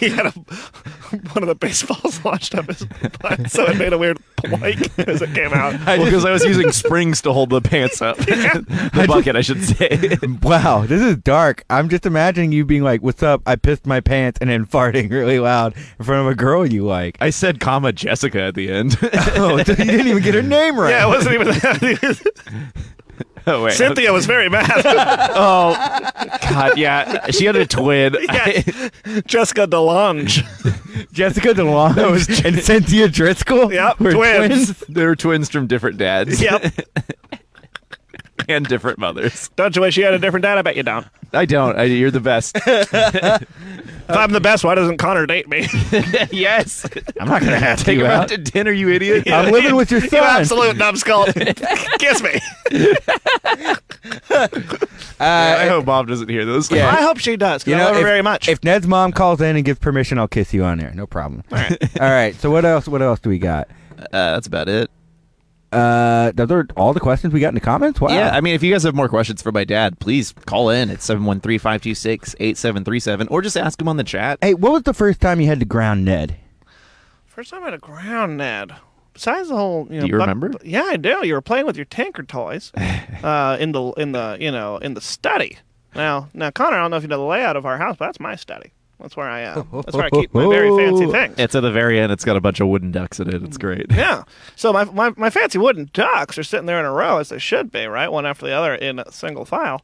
Speaker 3: He had a, one of the baseballs launched up his butt, so it made a weird ploink as it came out.
Speaker 2: Well, because I was using springs to hold the pants up, the bucket, I should say.
Speaker 1: Wow, this is dark. I'm just imagining you being like, "What's up? I pissed my pants," and then farting really loud in front of a girl you like.
Speaker 2: I said, comma Jessica at the end.
Speaker 1: Oh, so you didn't even get her name right.
Speaker 3: Yeah, it wasn't even that.
Speaker 2: oh wait,
Speaker 3: Cynthia was very mad.
Speaker 2: Oh God, yeah, she had a twin.
Speaker 3: yeah. Jessica DeLonge.
Speaker 1: Jessica DeLong and Cynthia Driscoll.
Speaker 3: Yep,
Speaker 1: were
Speaker 3: twins.
Speaker 2: they were twins from different dads
Speaker 3: Yep.
Speaker 2: and different mothers.
Speaker 3: Don't you wish you had a different dad? I bet you don't.
Speaker 2: I don't. I, you're the best.
Speaker 3: If I'm the best, why doesn't Connor date me?
Speaker 2: yes,
Speaker 1: I'm not gonna have
Speaker 2: take
Speaker 1: you
Speaker 2: her
Speaker 1: out.
Speaker 2: out to dinner, you idiot.
Speaker 1: I'm living with your son.
Speaker 3: you absolute numbskull. Kiss me.
Speaker 2: I
Speaker 1: Uh,
Speaker 2: hope mom doesn't hear this.
Speaker 1: Yeah.
Speaker 3: I hope she does. 'cause
Speaker 1: You
Speaker 3: I
Speaker 1: know,
Speaker 3: love her
Speaker 1: if-
Speaker 3: very much.
Speaker 1: if Ned's mom calls in and gives permission, I'll kiss you on air. No problem. All right. All right. So what else? What else do we got?
Speaker 2: Uh, that's about it.
Speaker 1: Uh, those are all the questions we got in the comments. Wow.
Speaker 2: Yeah, I mean, if you guys have more questions for my dad, please call in at 713 526 8737 or just ask him on the chat.
Speaker 1: hey, what was the first time you had to ground Ned?
Speaker 3: First time I had a ground, Ned. Besides the whole, you know,
Speaker 2: you remember?
Speaker 3: Yeah, I do. You were playing with your tinker toys uh, in the in the you know in the study. Now, now, Connor, I don't know if you know the layout of our house, but that's my study. That's where I am. That's where I keep my very fancy things.
Speaker 2: It's at the very end. It's got a bunch of wooden ducks in it. It's great.
Speaker 3: Yeah. So my, my my fancy wooden ducks are sitting there in a row as they should be, right, one after the other in a single file.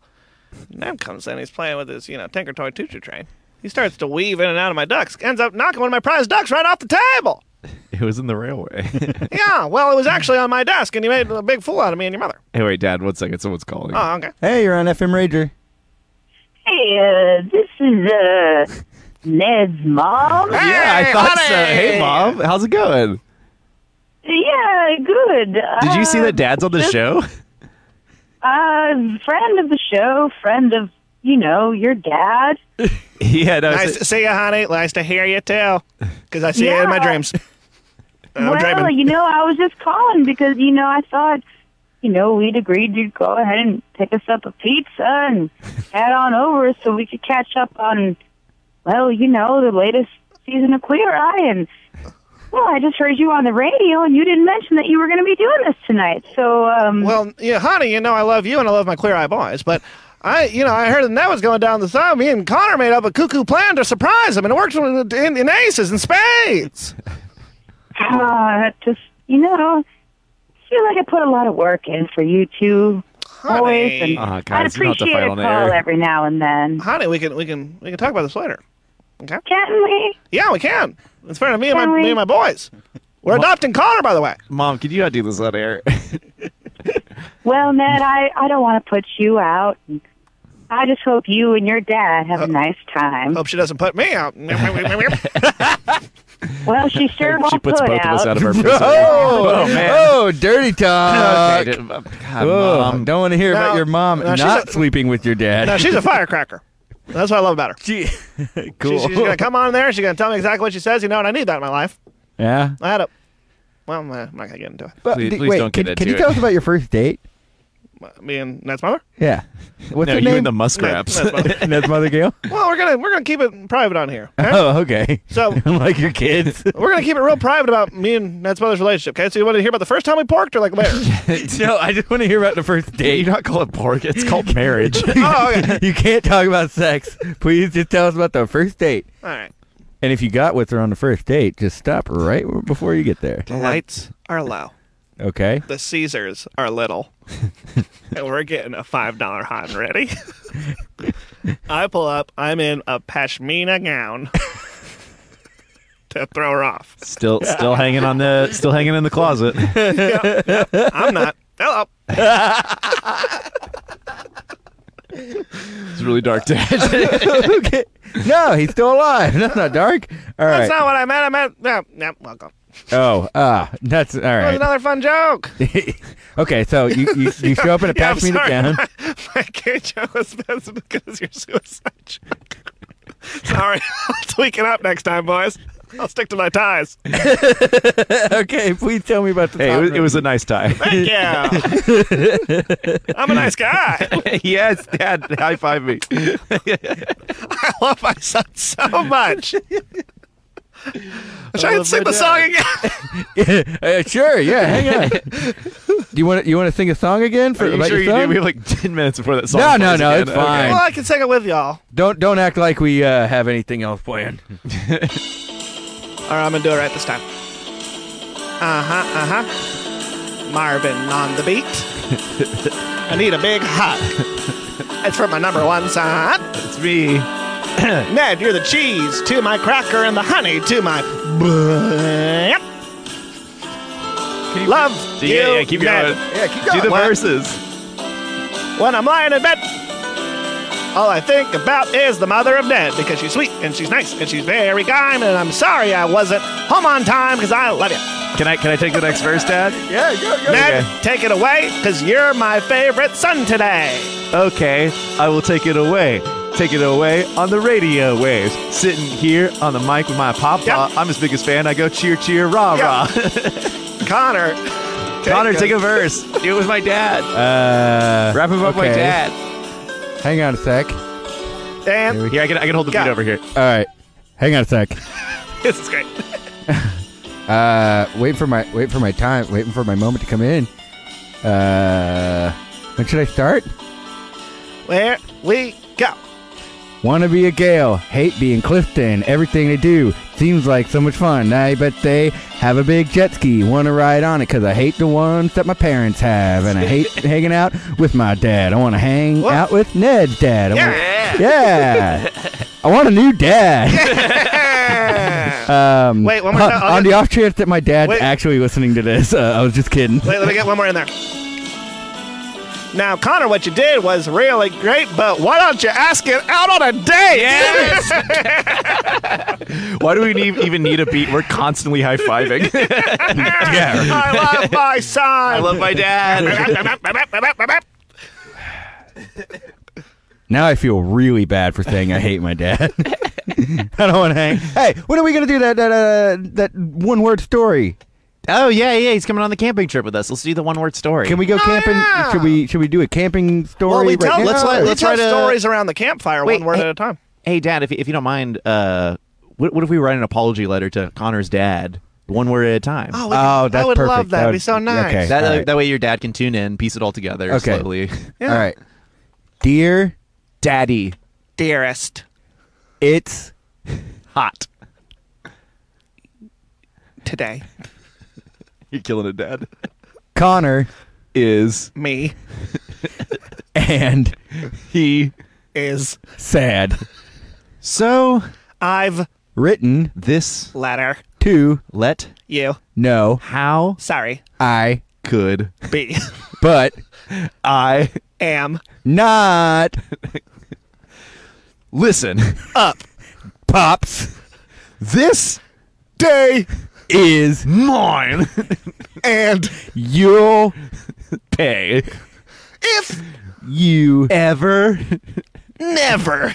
Speaker 3: Nam comes in. He's playing with his you know tinker toy tutor train. He starts to weave in and out of my ducks. Ends up knocking one of my prize ducks right off the table.
Speaker 2: It was in the railway.
Speaker 3: Yeah, well, it was actually on my desk, and you made a big fool out of me and your mother.
Speaker 2: hey, wait, Dad, one second. Someone's calling.
Speaker 3: Oh, okay.
Speaker 1: Hey, you're on FM Rager.
Speaker 5: Hey, uh, this is uh, Ned's mom.
Speaker 2: yeah, I
Speaker 3: Hey,
Speaker 2: thought so.
Speaker 3: honey!
Speaker 2: Hey, Mom, how's it going?
Speaker 5: Yeah, good.
Speaker 2: Did you see that Dad's on the show?
Speaker 5: Uh, friend of the show, friend of you know your dad.
Speaker 2: yeah, no,
Speaker 3: Nice to see you, honey. Nice to hear you too, because I see you in my
Speaker 5: Yeah.
Speaker 3: dreams.
Speaker 2: Uh,
Speaker 3: I'm
Speaker 5: well,
Speaker 3: dreaming.
Speaker 5: you know, I was just calling because you know I thought you know we'd agreed you'd go ahead and pick us up a pizza and head on over so we could catch up on well, you know, the latest season of Queer Eye and. Well, I just heard you on the radio, and you didn't mention that you were going to be doing this tonight. So, um,
Speaker 3: Well, yeah, honey, you know I love you and I love my queer eye boys, but I, you know, I heard that that was going down the side. Me and Connor made up a cuckoo plan to surprise him, and it worked in, in, in aces and spades.
Speaker 5: Ah, that just you know, I feel like I put a lot of work in for you two, always,
Speaker 3: Honey.
Speaker 5: and
Speaker 2: Ah,
Speaker 5: I'd
Speaker 2: guys, you don't have to
Speaker 5: appreciate
Speaker 2: fight
Speaker 5: a
Speaker 2: on
Speaker 5: call
Speaker 2: the air.
Speaker 5: every now and then.
Speaker 3: Honey, we can we can we can talk about this later.
Speaker 5: Can we?
Speaker 3: Yeah, we can. It's fair to me and my
Speaker 5: Can we?
Speaker 3: me and my boys. We're adopting Connor, by the way.
Speaker 2: Mom, can you not do this on air?
Speaker 5: Well, Ned, I I don't want to put you out. and I just hope you and your dad have a nice time.
Speaker 3: Hope she doesn't put me out.
Speaker 5: well, she sure won't
Speaker 2: she puts
Speaker 5: put
Speaker 2: both of us out of our
Speaker 1: Oh,
Speaker 2: misery.
Speaker 1: oh,
Speaker 2: man.
Speaker 1: dirty talk.
Speaker 2: Okay, dude, God,
Speaker 1: Oh,
Speaker 2: Mom.
Speaker 1: don't want to hear about
Speaker 3: Now-
Speaker 1: your mom
Speaker 3: now she's
Speaker 1: not
Speaker 3: a-
Speaker 1: sleeping with your dad.
Speaker 3: now she's a firecracker. That's what I love about her.
Speaker 1: Gee.
Speaker 3: She's,
Speaker 1: cool.
Speaker 3: she's gonna come on there. She's gonna tell me exactly what she says. You know, and I need that in my life.
Speaker 1: yeah.
Speaker 3: I had a. Well, I'm not gonna get into it.
Speaker 1: But
Speaker 2: Please-
Speaker 1: d-
Speaker 2: please
Speaker 1: wait,
Speaker 2: don't
Speaker 1: can,
Speaker 2: get
Speaker 1: can you
Speaker 2: into
Speaker 1: tell
Speaker 2: it.
Speaker 1: us about your first date?
Speaker 3: Me and Ned's mother.
Speaker 1: Yeah. What's
Speaker 2: no,
Speaker 1: her
Speaker 2: you
Speaker 1: name?
Speaker 2: and the muskrats.
Speaker 3: Ned's mother.
Speaker 1: and that's Mother Gail?
Speaker 3: Well, we're gonna we're gonna keep it private on here. okay?
Speaker 1: Oh, okay.
Speaker 3: So
Speaker 1: like your kids.
Speaker 3: we're gonna keep it real private about me and Ned's mother's relationship. Okay, so you want to hear about the first time we porked or like later?
Speaker 1: no, I just want to hear about the first
Speaker 2: you
Speaker 1: date.
Speaker 2: not call it pork. It's called marriage.
Speaker 3: oh, okay.
Speaker 1: you can't talk about sex. Please just tell us about the first date.
Speaker 3: All right.
Speaker 1: And if you got with her on the first date, just stop right before you get there.
Speaker 3: The lights are low.
Speaker 1: Okay.
Speaker 3: The Caesars are little, and we're getting a five dollar hot and ready. I pull up. I'm in a pashmina gown to throw her off.
Speaker 2: still, still hanging on the, still hanging in the closet.
Speaker 3: I'm not. Hello.
Speaker 2: It's really dark, Dad.
Speaker 1: okay. No, he's still alive. That's not dark. All right.
Speaker 3: That's not what I meant. I meant no, no. Welcome.
Speaker 1: oh, ah, that's all
Speaker 3: That was
Speaker 1: right.
Speaker 3: another fun joke.
Speaker 1: okay, so you, you, you show up in a
Speaker 3: Yeah,
Speaker 1: pass me the down.
Speaker 3: My gay joke was best because you're suicide joke. Sorry, I'll tweaking up next time, boys. I'll stick to my ties.
Speaker 1: okay, please tell me about the.
Speaker 2: hey, it
Speaker 1: top
Speaker 2: was, it
Speaker 1: row.
Speaker 2: was a nice tie.
Speaker 3: Thank you. I'm a nice guy.
Speaker 2: yes, Dad, high five me.
Speaker 3: I love my son so much. Should I,
Speaker 2: love
Speaker 3: sing
Speaker 2: my dad.
Speaker 3: the song again?
Speaker 1: Uh, sure, yeah. Hang on. Do you want you want to sing a song again for
Speaker 2: Are you
Speaker 1: about
Speaker 2: sure you
Speaker 1: your
Speaker 2: do?
Speaker 1: son?
Speaker 2: We have like ten minutes before that song.
Speaker 1: No, no,
Speaker 2: plays
Speaker 1: no,
Speaker 2: again.
Speaker 1: it's fine.
Speaker 3: well, I can sing it with y'all.
Speaker 1: Don't don't act like we uh, have anything else planned.
Speaker 3: All right, I'm gonna do it right this time. Uh huh, uh huh. uh-huh. Marvin on the beat. I need a big hug. It's for my number one son.
Speaker 2: It's me.
Speaker 3: Ned, you're the cheese to my cracker and the honey to my. Yep. Love
Speaker 2: So,
Speaker 3: you,
Speaker 2: yeah, yeah, keep
Speaker 3: Ned.
Speaker 2: going.
Speaker 1: Yeah, keep
Speaker 2: Do the
Speaker 3: What?
Speaker 2: verses.
Speaker 3: When I'm lying in bed, all I think about is the mother of Ned because she's sweet and she's nice and she's very kind. And I'm sorry I wasn't home on time because I love you.
Speaker 2: Can I can I take the next verse, Dad?
Speaker 1: Yeah, go, go.
Speaker 3: Ned,
Speaker 2: Okay.
Speaker 3: take it away because you're my favorite son today.
Speaker 2: Okay, I will take it away. Take it away on the radio waves. Sitting here on the mic with my papa.
Speaker 3: Yeah.
Speaker 2: I'm his biggest fan. I go cheer, cheer, rah,
Speaker 3: Yeah.
Speaker 2: rah.
Speaker 3: Connor.
Speaker 2: Connor, take a verse. Do it with my dad.
Speaker 1: Uh,
Speaker 2: Wrap him up, my
Speaker 1: okay.
Speaker 2: dad.
Speaker 1: Hang on a sec. All
Speaker 3: And
Speaker 2: Here, I can I can hold the
Speaker 3: Yeah.
Speaker 2: beat over here.
Speaker 1: right, hang on a sec.
Speaker 3: this is great.
Speaker 1: Uh, wait for my wait for my time. Waiting for my moment to come in. Uh, when should I start?
Speaker 3: Where we go.
Speaker 1: Wanna be a Gale, hate being Clifton, everything they do seems like so much fun. I bet they have a big jet ski, wanna ride on it, cause I hate the ones that my parents have, and I hate hanging out with my dad. I wanna hang
Speaker 3: What?
Speaker 1: out with Ned's dad. I wanna-
Speaker 3: Yeah.
Speaker 1: yeah. I want a new dad. Um,
Speaker 3: Wait, one more time. I'll
Speaker 1: On
Speaker 3: get-
Speaker 1: the off chance that my dad's
Speaker 3: Wait.
Speaker 1: actually listening to this, uh, I was just kidding.
Speaker 3: Wait, let me get one more in there. Now, Connor, what you did was really great, but why don't you ask it out on a date? Yes!
Speaker 2: Why do we need, even need a beat? We're constantly high fiving. yeah.
Speaker 3: I love my son. I
Speaker 2: Love my dad.
Speaker 1: Now I feel really bad for saying I hate my dad. I don't want to hang. Hey, when are we gonna do that that uh, that one word story?
Speaker 2: Oh yeah, yeah. He's coming on the camping trip with us. Let's do the one word story.
Speaker 1: Can we go camping?
Speaker 3: yeah.
Speaker 1: Should we should we do a camping story?
Speaker 3: Well, we
Speaker 1: right
Speaker 3: tell,
Speaker 1: now?
Speaker 3: let's,
Speaker 2: let-
Speaker 3: we
Speaker 2: let's
Speaker 3: tell
Speaker 2: write a-
Speaker 3: stories around the campfire
Speaker 2: Wait,
Speaker 3: one word
Speaker 2: hey-
Speaker 3: at a time.
Speaker 2: Hey, Dad, if, if you don't mind, uh, what, what if we write an apology letter to Connor's dad, one word at a time?
Speaker 3: Oh, we-
Speaker 1: Oh, that's
Speaker 3: I would
Speaker 1: perfect.
Speaker 3: love that. It'd be so nice.
Speaker 1: Okay.
Speaker 2: that,
Speaker 1: all
Speaker 2: uh,
Speaker 1: right.
Speaker 2: that way your dad can tune in, piece it all together
Speaker 1: Okay.
Speaker 2: slowly.
Speaker 1: All right. Dear,
Speaker 2: Daddy,
Speaker 3: Dearest,
Speaker 1: it's
Speaker 2: hot.
Speaker 3: today,
Speaker 2: You're killing it, Dad.
Speaker 1: Connor
Speaker 2: Is
Speaker 3: me
Speaker 1: and
Speaker 2: he
Speaker 3: is
Speaker 1: sad.
Speaker 2: so?
Speaker 3: I've
Speaker 1: Written
Speaker 2: This
Speaker 3: letter
Speaker 1: to
Speaker 2: let
Speaker 3: you
Speaker 1: no,
Speaker 2: how
Speaker 3: sorry
Speaker 1: I
Speaker 2: could
Speaker 3: be
Speaker 1: but
Speaker 2: I
Speaker 3: am
Speaker 1: not
Speaker 2: listen?
Speaker 3: up
Speaker 1: pops
Speaker 2: This
Speaker 3: day
Speaker 1: is
Speaker 2: mine
Speaker 3: and
Speaker 1: you'll
Speaker 2: pay
Speaker 3: if
Speaker 1: you
Speaker 2: ever
Speaker 3: never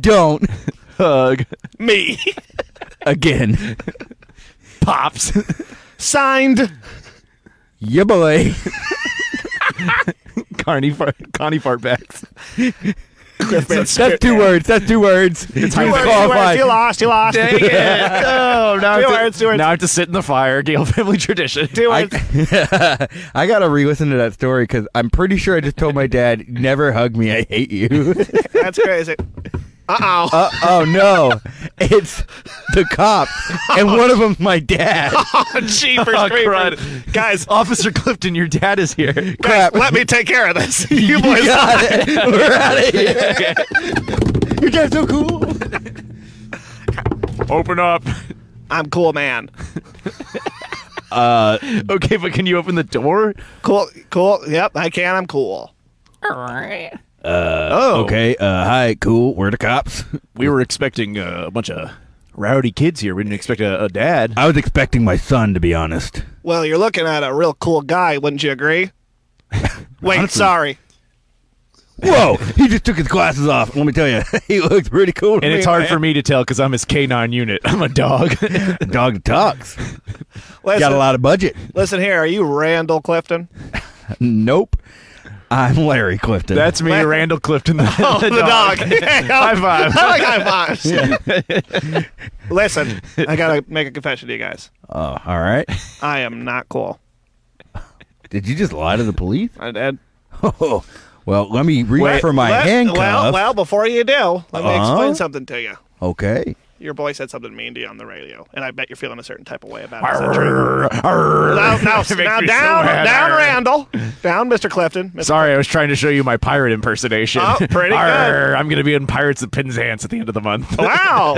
Speaker 1: don't
Speaker 2: hug
Speaker 3: me
Speaker 1: again.
Speaker 2: pops.
Speaker 3: signed
Speaker 1: Yeah, boy.
Speaker 2: Carney fart, Connie fartbacks.
Speaker 1: That's, two words. That's two words. It's
Speaker 3: Two words, two words. You lost. You lost.
Speaker 2: Oh, now,
Speaker 3: Two
Speaker 2: I have
Speaker 3: words,
Speaker 2: to,
Speaker 3: two words.
Speaker 2: now I have to sit in the fire, Gale family tradition.
Speaker 3: Two
Speaker 1: I,
Speaker 3: words.
Speaker 1: I gotta re-listen to that story because I'm pretty sure I just told my dad, "Never hug me, I hate you."
Speaker 3: That's crazy. Uh oh.
Speaker 1: uh, oh no, it's the cops, and one of them's my dad.
Speaker 3: Jeepers
Speaker 2: Oh,
Speaker 3: creepers.
Speaker 2: crud.
Speaker 3: Guys,
Speaker 2: Officer Clifton, your dad is here.
Speaker 1: Crap.
Speaker 3: let me take care of this. You boys.
Speaker 1: Got it. We're out of here. Your dad's so cool.
Speaker 2: Open up.
Speaker 3: I'm cool, man.
Speaker 1: Uh,
Speaker 2: Okay, but can you open the door?
Speaker 3: Cool, cool. Yep, I can. I'm cool.
Speaker 2: Oh,
Speaker 1: okay. Uh, hi. Cool. We're the cops.
Speaker 2: We were expecting uh, a bunch of rowdy kids here. We didn't expect a, a dad.
Speaker 1: I was expecting my son, to be honest.
Speaker 3: Well, you're looking at a real cool guy, wouldn't you agree? Wait, sorry.
Speaker 1: Whoa! he just took his glasses off. Let me tell you, he looks pretty cool. to
Speaker 2: and
Speaker 1: me.
Speaker 2: it's hard for me to tell because I'm his canine unit. I'm a dog.
Speaker 1: The dog talks.
Speaker 3: Listen,
Speaker 1: Got a lot of budget.
Speaker 3: listen here. Are you Randall Clifton?
Speaker 1: Nope. I'm Larry Clifton.
Speaker 2: That's me, Randall Clifton, the,
Speaker 3: Oh, the, dog. Yeah.
Speaker 2: High five.
Speaker 3: I like high fives. Listen, I gotta make a confession to you guys.
Speaker 1: Oh, all right.
Speaker 3: I am not cool.
Speaker 6: Did you just lie to the police?
Speaker 3: I did.
Speaker 1: Oh, well, let me reach
Speaker 2: Wait,
Speaker 1: for my
Speaker 3: Let-
Speaker 1: handcuff.
Speaker 3: Well, well, before you do, let me
Speaker 1: Uh-huh.
Speaker 3: explain something to you.
Speaker 1: okay.
Speaker 3: Your boy said something mean to you on the radio, and I bet you're feeling a certain type of way about it. Is that true? Now, now,
Speaker 2: It makes
Speaker 3: now
Speaker 2: me so
Speaker 3: down,
Speaker 2: mad.
Speaker 3: down, Randall, down, Mr. Clifton. Mr.
Speaker 2: Sorry, I was trying to show you my pirate impersonation.
Speaker 3: Oh, pretty good. Oh,
Speaker 2: I'm going to be in Pirates of Penzance at the end of the month.
Speaker 3: Wow,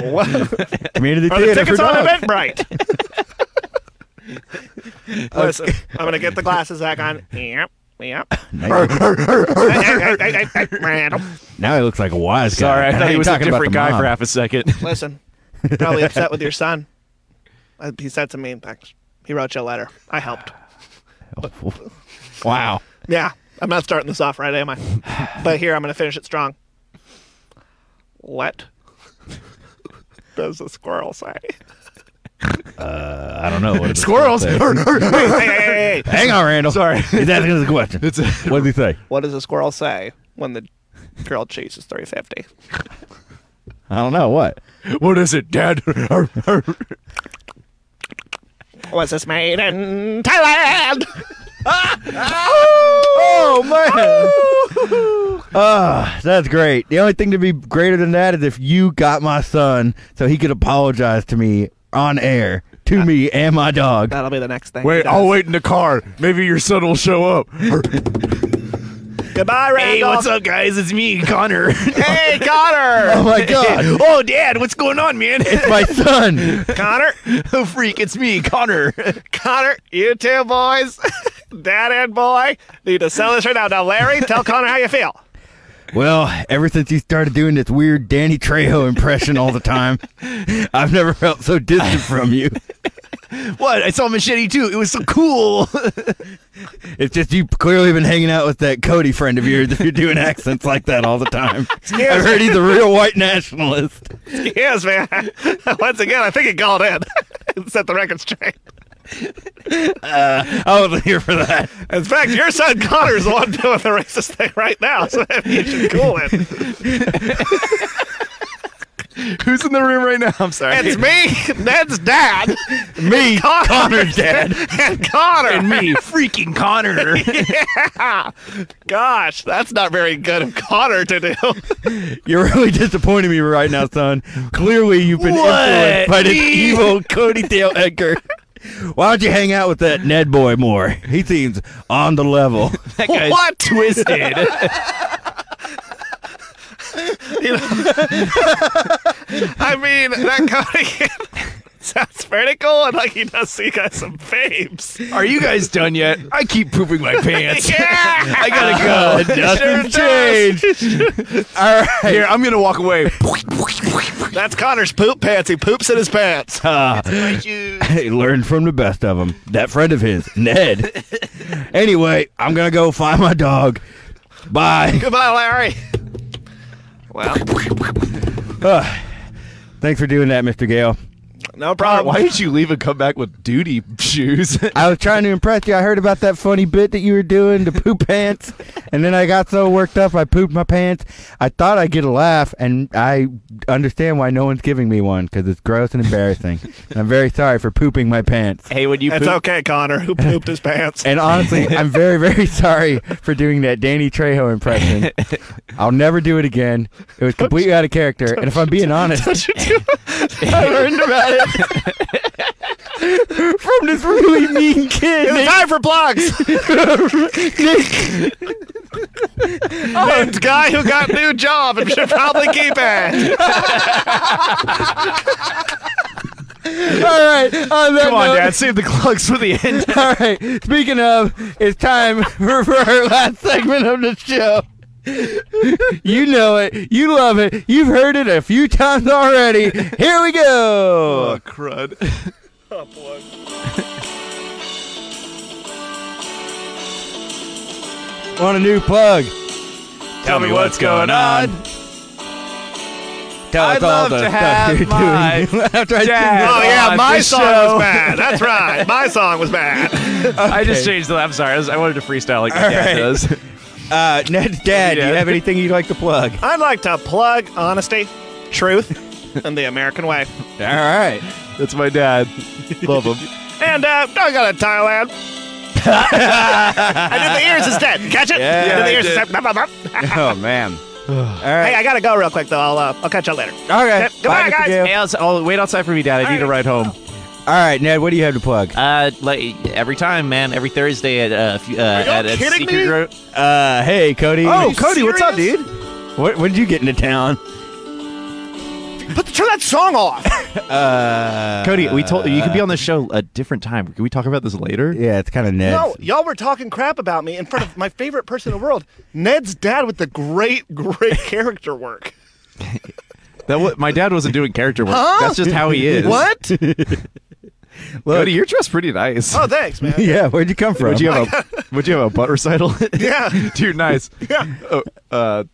Speaker 1: Community
Speaker 3: are the
Speaker 1: theater for
Speaker 3: tickets on
Speaker 1: dogs.
Speaker 3: Eventbrite? Listen, I'm gonna get the glasses back on. Yep, yep. Hey, hey, hey, hey, hey, hey, Randall,
Speaker 1: Now he looks like a wise guy.
Speaker 2: Sorry, I
Speaker 1: Now
Speaker 2: thought he
Speaker 1: you're
Speaker 2: was a
Speaker 1: talking about
Speaker 2: different
Speaker 1: the
Speaker 2: guy
Speaker 1: mob.
Speaker 2: for half a second.
Speaker 3: listen, you're probably upset with your son. Uh, He said some mean things. He wrote you a letter. I helped.
Speaker 1: Wow.
Speaker 3: Yeah, I'm not starting this off right, am I? But here, I'm going to finish it strong. What does the squirrel say?
Speaker 1: I don't know. What it is.
Speaker 2: Squirrels.
Speaker 3: Hey, hey, hey, hey.
Speaker 1: Hang on, Randall. Sorry. He's asking us a question.
Speaker 2: It's a-
Speaker 1: what did he say?
Speaker 3: What does the squirrel say when the girl chases 350?
Speaker 1: I don't know. What?
Speaker 2: what is it, Dad?
Speaker 3: Was this made in Thailand?
Speaker 1: Oh, man. Ah, that's great. The only thing to be greater than that is if you got my son so he could apologize to me on air, to me and my dog.
Speaker 3: That'll be the next thing.
Speaker 2: wait,
Speaker 3: he does.
Speaker 2: I'll wait in the car. Maybe your son will show up.
Speaker 3: Goodbye, Randall.
Speaker 2: up, guys? It's me, Connor.
Speaker 3: Hey, Connor.
Speaker 1: Oh, my God.
Speaker 2: oh, Dad, what's going on, man?
Speaker 1: my son.
Speaker 3: Connor.
Speaker 2: oh, freak, it's me, Connor.
Speaker 3: Connor, you two boys, dad and boy, need to sell this right now. Now, Larry, tell Connor how you feel.
Speaker 1: Well, ever since you started doing this weird Danny Trejo impression all the time, I've never felt so distant from you.
Speaker 2: what? I saw Machete too. It was so cool.
Speaker 1: It's just you clearly been hanging out with that Cody friend of yours if you're doing accents like that all the time. I've heard he's a real white nationalist.
Speaker 3: Yes, man. Once again, I think he called in and set the record straight.
Speaker 1: I wasn't here for that.
Speaker 3: In fact, your son Connor is the one doing the racist thing right now, so you should cool it.
Speaker 2: Who's in the room right now? I'm sorry.
Speaker 3: It's me, Ned's dad,
Speaker 1: Me,
Speaker 3: Connor.
Speaker 1: Connor's dad.
Speaker 3: and Connor. Ah.
Speaker 2: me, freaking Connor.
Speaker 3: Gosh, that's not very good of Connor to do.
Speaker 1: You're really disappointing me right now, son. Clearly, you've been
Speaker 2: What?
Speaker 1: influenced by this
Speaker 2: Me?
Speaker 1: evil Cody Dale Edgar. Why don't you hang out with that Ned boy more? He seems on the level.
Speaker 2: that guy's
Speaker 3: What?
Speaker 2: twisted.
Speaker 3: I mean, that Connor kid sounds pretty cool, and like he does see guys some babes.
Speaker 2: Are you guys done yet? I keep pooping my pants.
Speaker 3: Yeah,
Speaker 2: I gotta go.
Speaker 1: Nothing's
Speaker 3: does.
Speaker 1: changed. All right.
Speaker 2: Here, I'm gonna walk away.
Speaker 3: that's Connor's poop pants. He poops in his pants.
Speaker 1: He learned from the best of them. That friend of his, Ned. anyway, I'm gonna go find my dog. Bye.
Speaker 3: Goodbye, Larry. Well,
Speaker 1: Thanks for doing that, Mr. Gale.
Speaker 2: Connor,
Speaker 3: no problem.
Speaker 2: why did you leave and come back with duty shoes?
Speaker 6: I was trying to impress you. I heard about that funny bit that you were doing, the poop pants, and then I got so worked up I pooped my pants. I thought I'd get a laugh, and I understand why no one's giving me one because it's gross and embarrassing. and I'm very sorry for pooping my pants.
Speaker 2: hey, when you
Speaker 3: It's okay, Connor. Who pooped his pants?
Speaker 6: And honestly, I'm very, very sorry for doing that Danny Trejo impression. I'll never do it again. It was completely out of character. And if I'm being honest, I learned about it from this really mean kid.
Speaker 3: It's time for plugs.
Speaker 2: Oh,
Speaker 3: Named guy who got new job and should probably keep it.
Speaker 1: All right. On that
Speaker 2: Come on,
Speaker 1: note-
Speaker 2: Dad, save the clucks for the end.
Speaker 1: All right. Speaking of, it's time for, for our last segment of the show. you know it. You love it. You've heard it a few times already. Here we go.
Speaker 2: crud.
Speaker 1: On a new plug.
Speaker 2: Tell me what's going on.
Speaker 1: Tell
Speaker 2: I'd
Speaker 1: us all
Speaker 2: love
Speaker 1: the
Speaker 2: to
Speaker 1: stuff
Speaker 2: have
Speaker 1: you're
Speaker 2: my
Speaker 1: doing. After I
Speaker 2: dad.
Speaker 1: sing
Speaker 3: Oh
Speaker 1: this-
Speaker 3: yeah,
Speaker 2: on
Speaker 3: my
Speaker 2: the
Speaker 3: song
Speaker 2: show.
Speaker 3: was bad. That's right. My song was bad.
Speaker 2: I just changed the. I'm sorry. I, was, I wanted to freestyle like my dad
Speaker 1: right.
Speaker 2: does.
Speaker 1: Uh, Ned's dad, do you
Speaker 2: Yeah.
Speaker 1: have anything you'd like to plug?
Speaker 3: I'd like to plug honesty, truth, and the American way.
Speaker 1: All right.
Speaker 2: That's my dad. Love him.
Speaker 3: And uh, I got to Thailand. I did the ears instead. Catch it?
Speaker 1: Yeah,
Speaker 3: Did
Speaker 1: I
Speaker 3: the ears
Speaker 2: did.
Speaker 3: instead. Blah, blah, blah.
Speaker 1: Oh, man. All
Speaker 3: Hey,
Speaker 1: right.
Speaker 3: I gotta go real quick though. I'll uh, I'll catch y'all later.
Speaker 1: Okay. Bye, Mr.
Speaker 3: Goodbye, guys.
Speaker 1: Gale.
Speaker 2: Hey, I'll, I'll wait outside for me, Dad. I need a ride home.
Speaker 1: All right, Ned, what do you have to plug?
Speaker 2: Uh, like every time, man. Every Thursday at uh, f- uh at, at
Speaker 3: kidding
Speaker 2: Secret
Speaker 3: me?
Speaker 2: Gro-
Speaker 1: Uh, hey, Cody.
Speaker 2: Oh, Cody, what's up,
Speaker 3: serious?
Speaker 1: What, when did you get into town?
Speaker 3: Put turn that song off.
Speaker 2: Cody, we told you could be on the show a different time. Can we talk about this later?
Speaker 1: Uh, Yeah, it's kind of Ned.
Speaker 3: no, y'all were talking crap about me in front of my favorite person in the world, Ned's dad, with the great, great character work.
Speaker 2: That wa- my dad wasn't doing character work.
Speaker 3: Huh?
Speaker 2: That's just how he is.
Speaker 3: What?
Speaker 2: Cody, you're dressed pretty nice.
Speaker 3: Oh, thanks, man.
Speaker 1: Yeah, where'd you come from?
Speaker 2: Would you have a Would you have a butt recital?
Speaker 3: Yeah.
Speaker 2: dude, nice.
Speaker 3: Yeah.
Speaker 2: Oh, uh,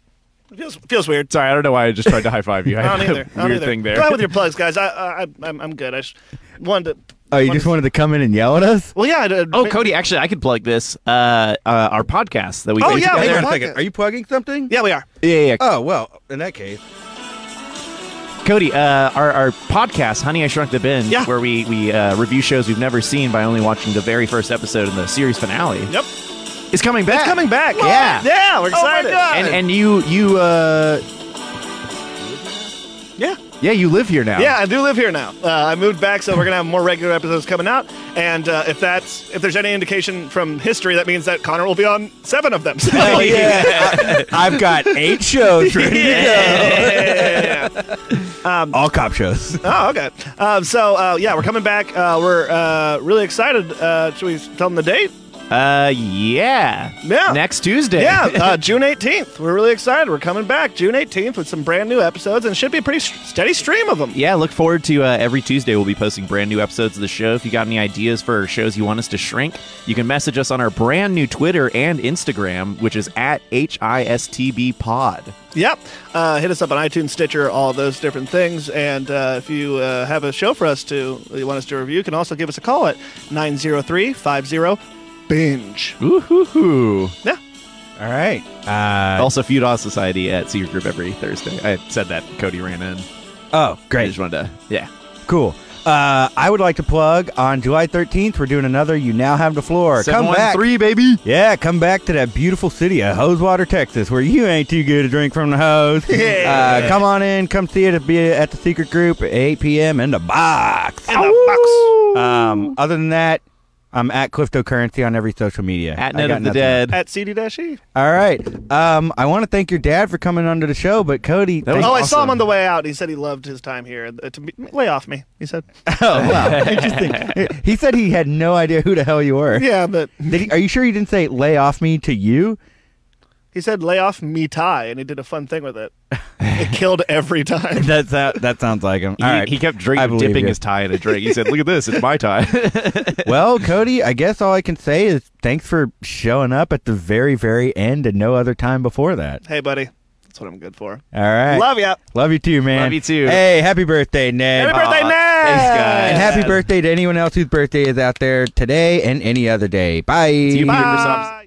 Speaker 3: Feels, feels weird.
Speaker 2: sorry, I don't know why I just tried to high five you. I
Speaker 3: I
Speaker 2: had
Speaker 3: don't
Speaker 2: a
Speaker 3: either. I don't
Speaker 2: weird
Speaker 3: either.
Speaker 2: thing there.
Speaker 3: Go ahead with your plugs, guys. I, I, I'm, I'm good. I just wanted to.
Speaker 1: oh, you just wanted to come in and yell at us?
Speaker 3: Well, yeah. I did-
Speaker 2: Oh, Cody, actually, I could plug this. Uh, uh, our podcast that we
Speaker 3: Oh,
Speaker 2: do
Speaker 3: yeah,
Speaker 2: together.
Speaker 3: we got-
Speaker 1: Are you plugging something?
Speaker 3: Yeah, we are.
Speaker 2: yeah, yeah, yeah.
Speaker 1: Oh, well, in that case.
Speaker 2: Cody, uh, our, our podcast, Honey, I Shrunk the Bin,
Speaker 3: Yeah.
Speaker 2: where we, we uh, review shows we've never seen by only watching the very first episode in the series finale,
Speaker 3: Yep.
Speaker 2: is coming back.
Speaker 3: It's coming back.
Speaker 2: Yeah.
Speaker 3: Yeah, we're excited.
Speaker 2: And, and you, you, uh,
Speaker 3: yeah.
Speaker 2: yeah, you live here now.
Speaker 3: Yeah, I do live here now. Uh, I moved back, so we're gonna have more regular episodes coming out. And uh, if that's if there's any indication from history, that means that Connor will be on seven of them.
Speaker 1: Oh, yeah. I've got eight shows ready to go. All cop shows.
Speaker 3: oh, okay. Um, so uh, yeah, we're coming back. Uh, we're uh, really excited. Uh, should we tell them the date?
Speaker 2: Uh, yeah.
Speaker 3: Yeah.
Speaker 2: Next Tuesday.
Speaker 3: Yeah, uh, June 18th. We're really excited. We're coming back June 18th with some brand new episodes, and it should be a pretty st- steady stream of them.
Speaker 2: Yeah, look forward to uh, every Tuesday. We'll be posting brand new episodes of the show. If you got any ideas for shows you want us to shrink, you can message us on our brand new Twitter and Instagram, which is at HISTB Pod.
Speaker 3: Yep. Uh, hit us up on iTunes, Stitcher, all those different things. And uh, if you uh, have a show for us to you want us to review, you can also give us a call at 903-50 binge.
Speaker 2: Ooh-hoo-hoo.
Speaker 3: Yeah.
Speaker 1: All right. Uh,
Speaker 2: also, Feud All Society at Secret Group every Thursday. I said that. Cody ran in.
Speaker 1: oh,
Speaker 2: I
Speaker 1: great.
Speaker 2: just wanted to, yeah.
Speaker 1: Cool. Uh, I would like to plug on July 13th, we're doing another You Now Have the Floor. Come back.
Speaker 2: 713, baby.
Speaker 1: Yeah, come back to that beautiful city of Hosewater, Texas, where you ain't too good to drink from the hose.
Speaker 3: Yeah.
Speaker 1: Uh, come on in, come see it. It'll be at the Secret Group at 8 p.m. in the box.
Speaker 3: In the box
Speaker 1: Um, other than that, I'm at Cryptocurrency on every social media.
Speaker 2: At
Speaker 1: I
Speaker 2: Net
Speaker 1: got
Speaker 2: of the
Speaker 1: nothing.
Speaker 2: Dead.
Speaker 3: at CD-E.
Speaker 1: All right. Um, I want to thank your dad for coming onto the show, but Cody,
Speaker 2: was
Speaker 1: thank-
Speaker 3: Oh, I saw him
Speaker 2: awesome.
Speaker 3: on the way out. He said he loved his time here. Uh, To be, lay off me, he said.
Speaker 1: oh, wow. Interesting. He said he had no idea who the hell you were.
Speaker 3: yeah, but
Speaker 1: Did he, are you sure he didn't say "lay off me" to you?
Speaker 3: he said lay off me tie, and he did a fun thing with it. It killed every time.
Speaker 1: That's that. That sounds like him.
Speaker 2: He, he kept drink,
Speaker 1: I believe
Speaker 2: dipping
Speaker 1: you.
Speaker 2: his tie in a drink. He said, look at this. It's my tie.
Speaker 1: well, Cody, I guess all I can say is thanks for showing up at the very, very end and no other time before that.
Speaker 3: Hey, buddy, that's what I'm good for.
Speaker 1: All right.
Speaker 3: Love ya.
Speaker 1: Love you too, man.
Speaker 2: Love you too.
Speaker 1: Hey, happy birthday, Ned.
Speaker 3: Happy birthday,
Speaker 2: Aw,
Speaker 3: Ned.
Speaker 2: thanks, guys.
Speaker 1: And happy birthday to anyone else whose birthday is out there today and any other day. Bye.
Speaker 2: You Bye.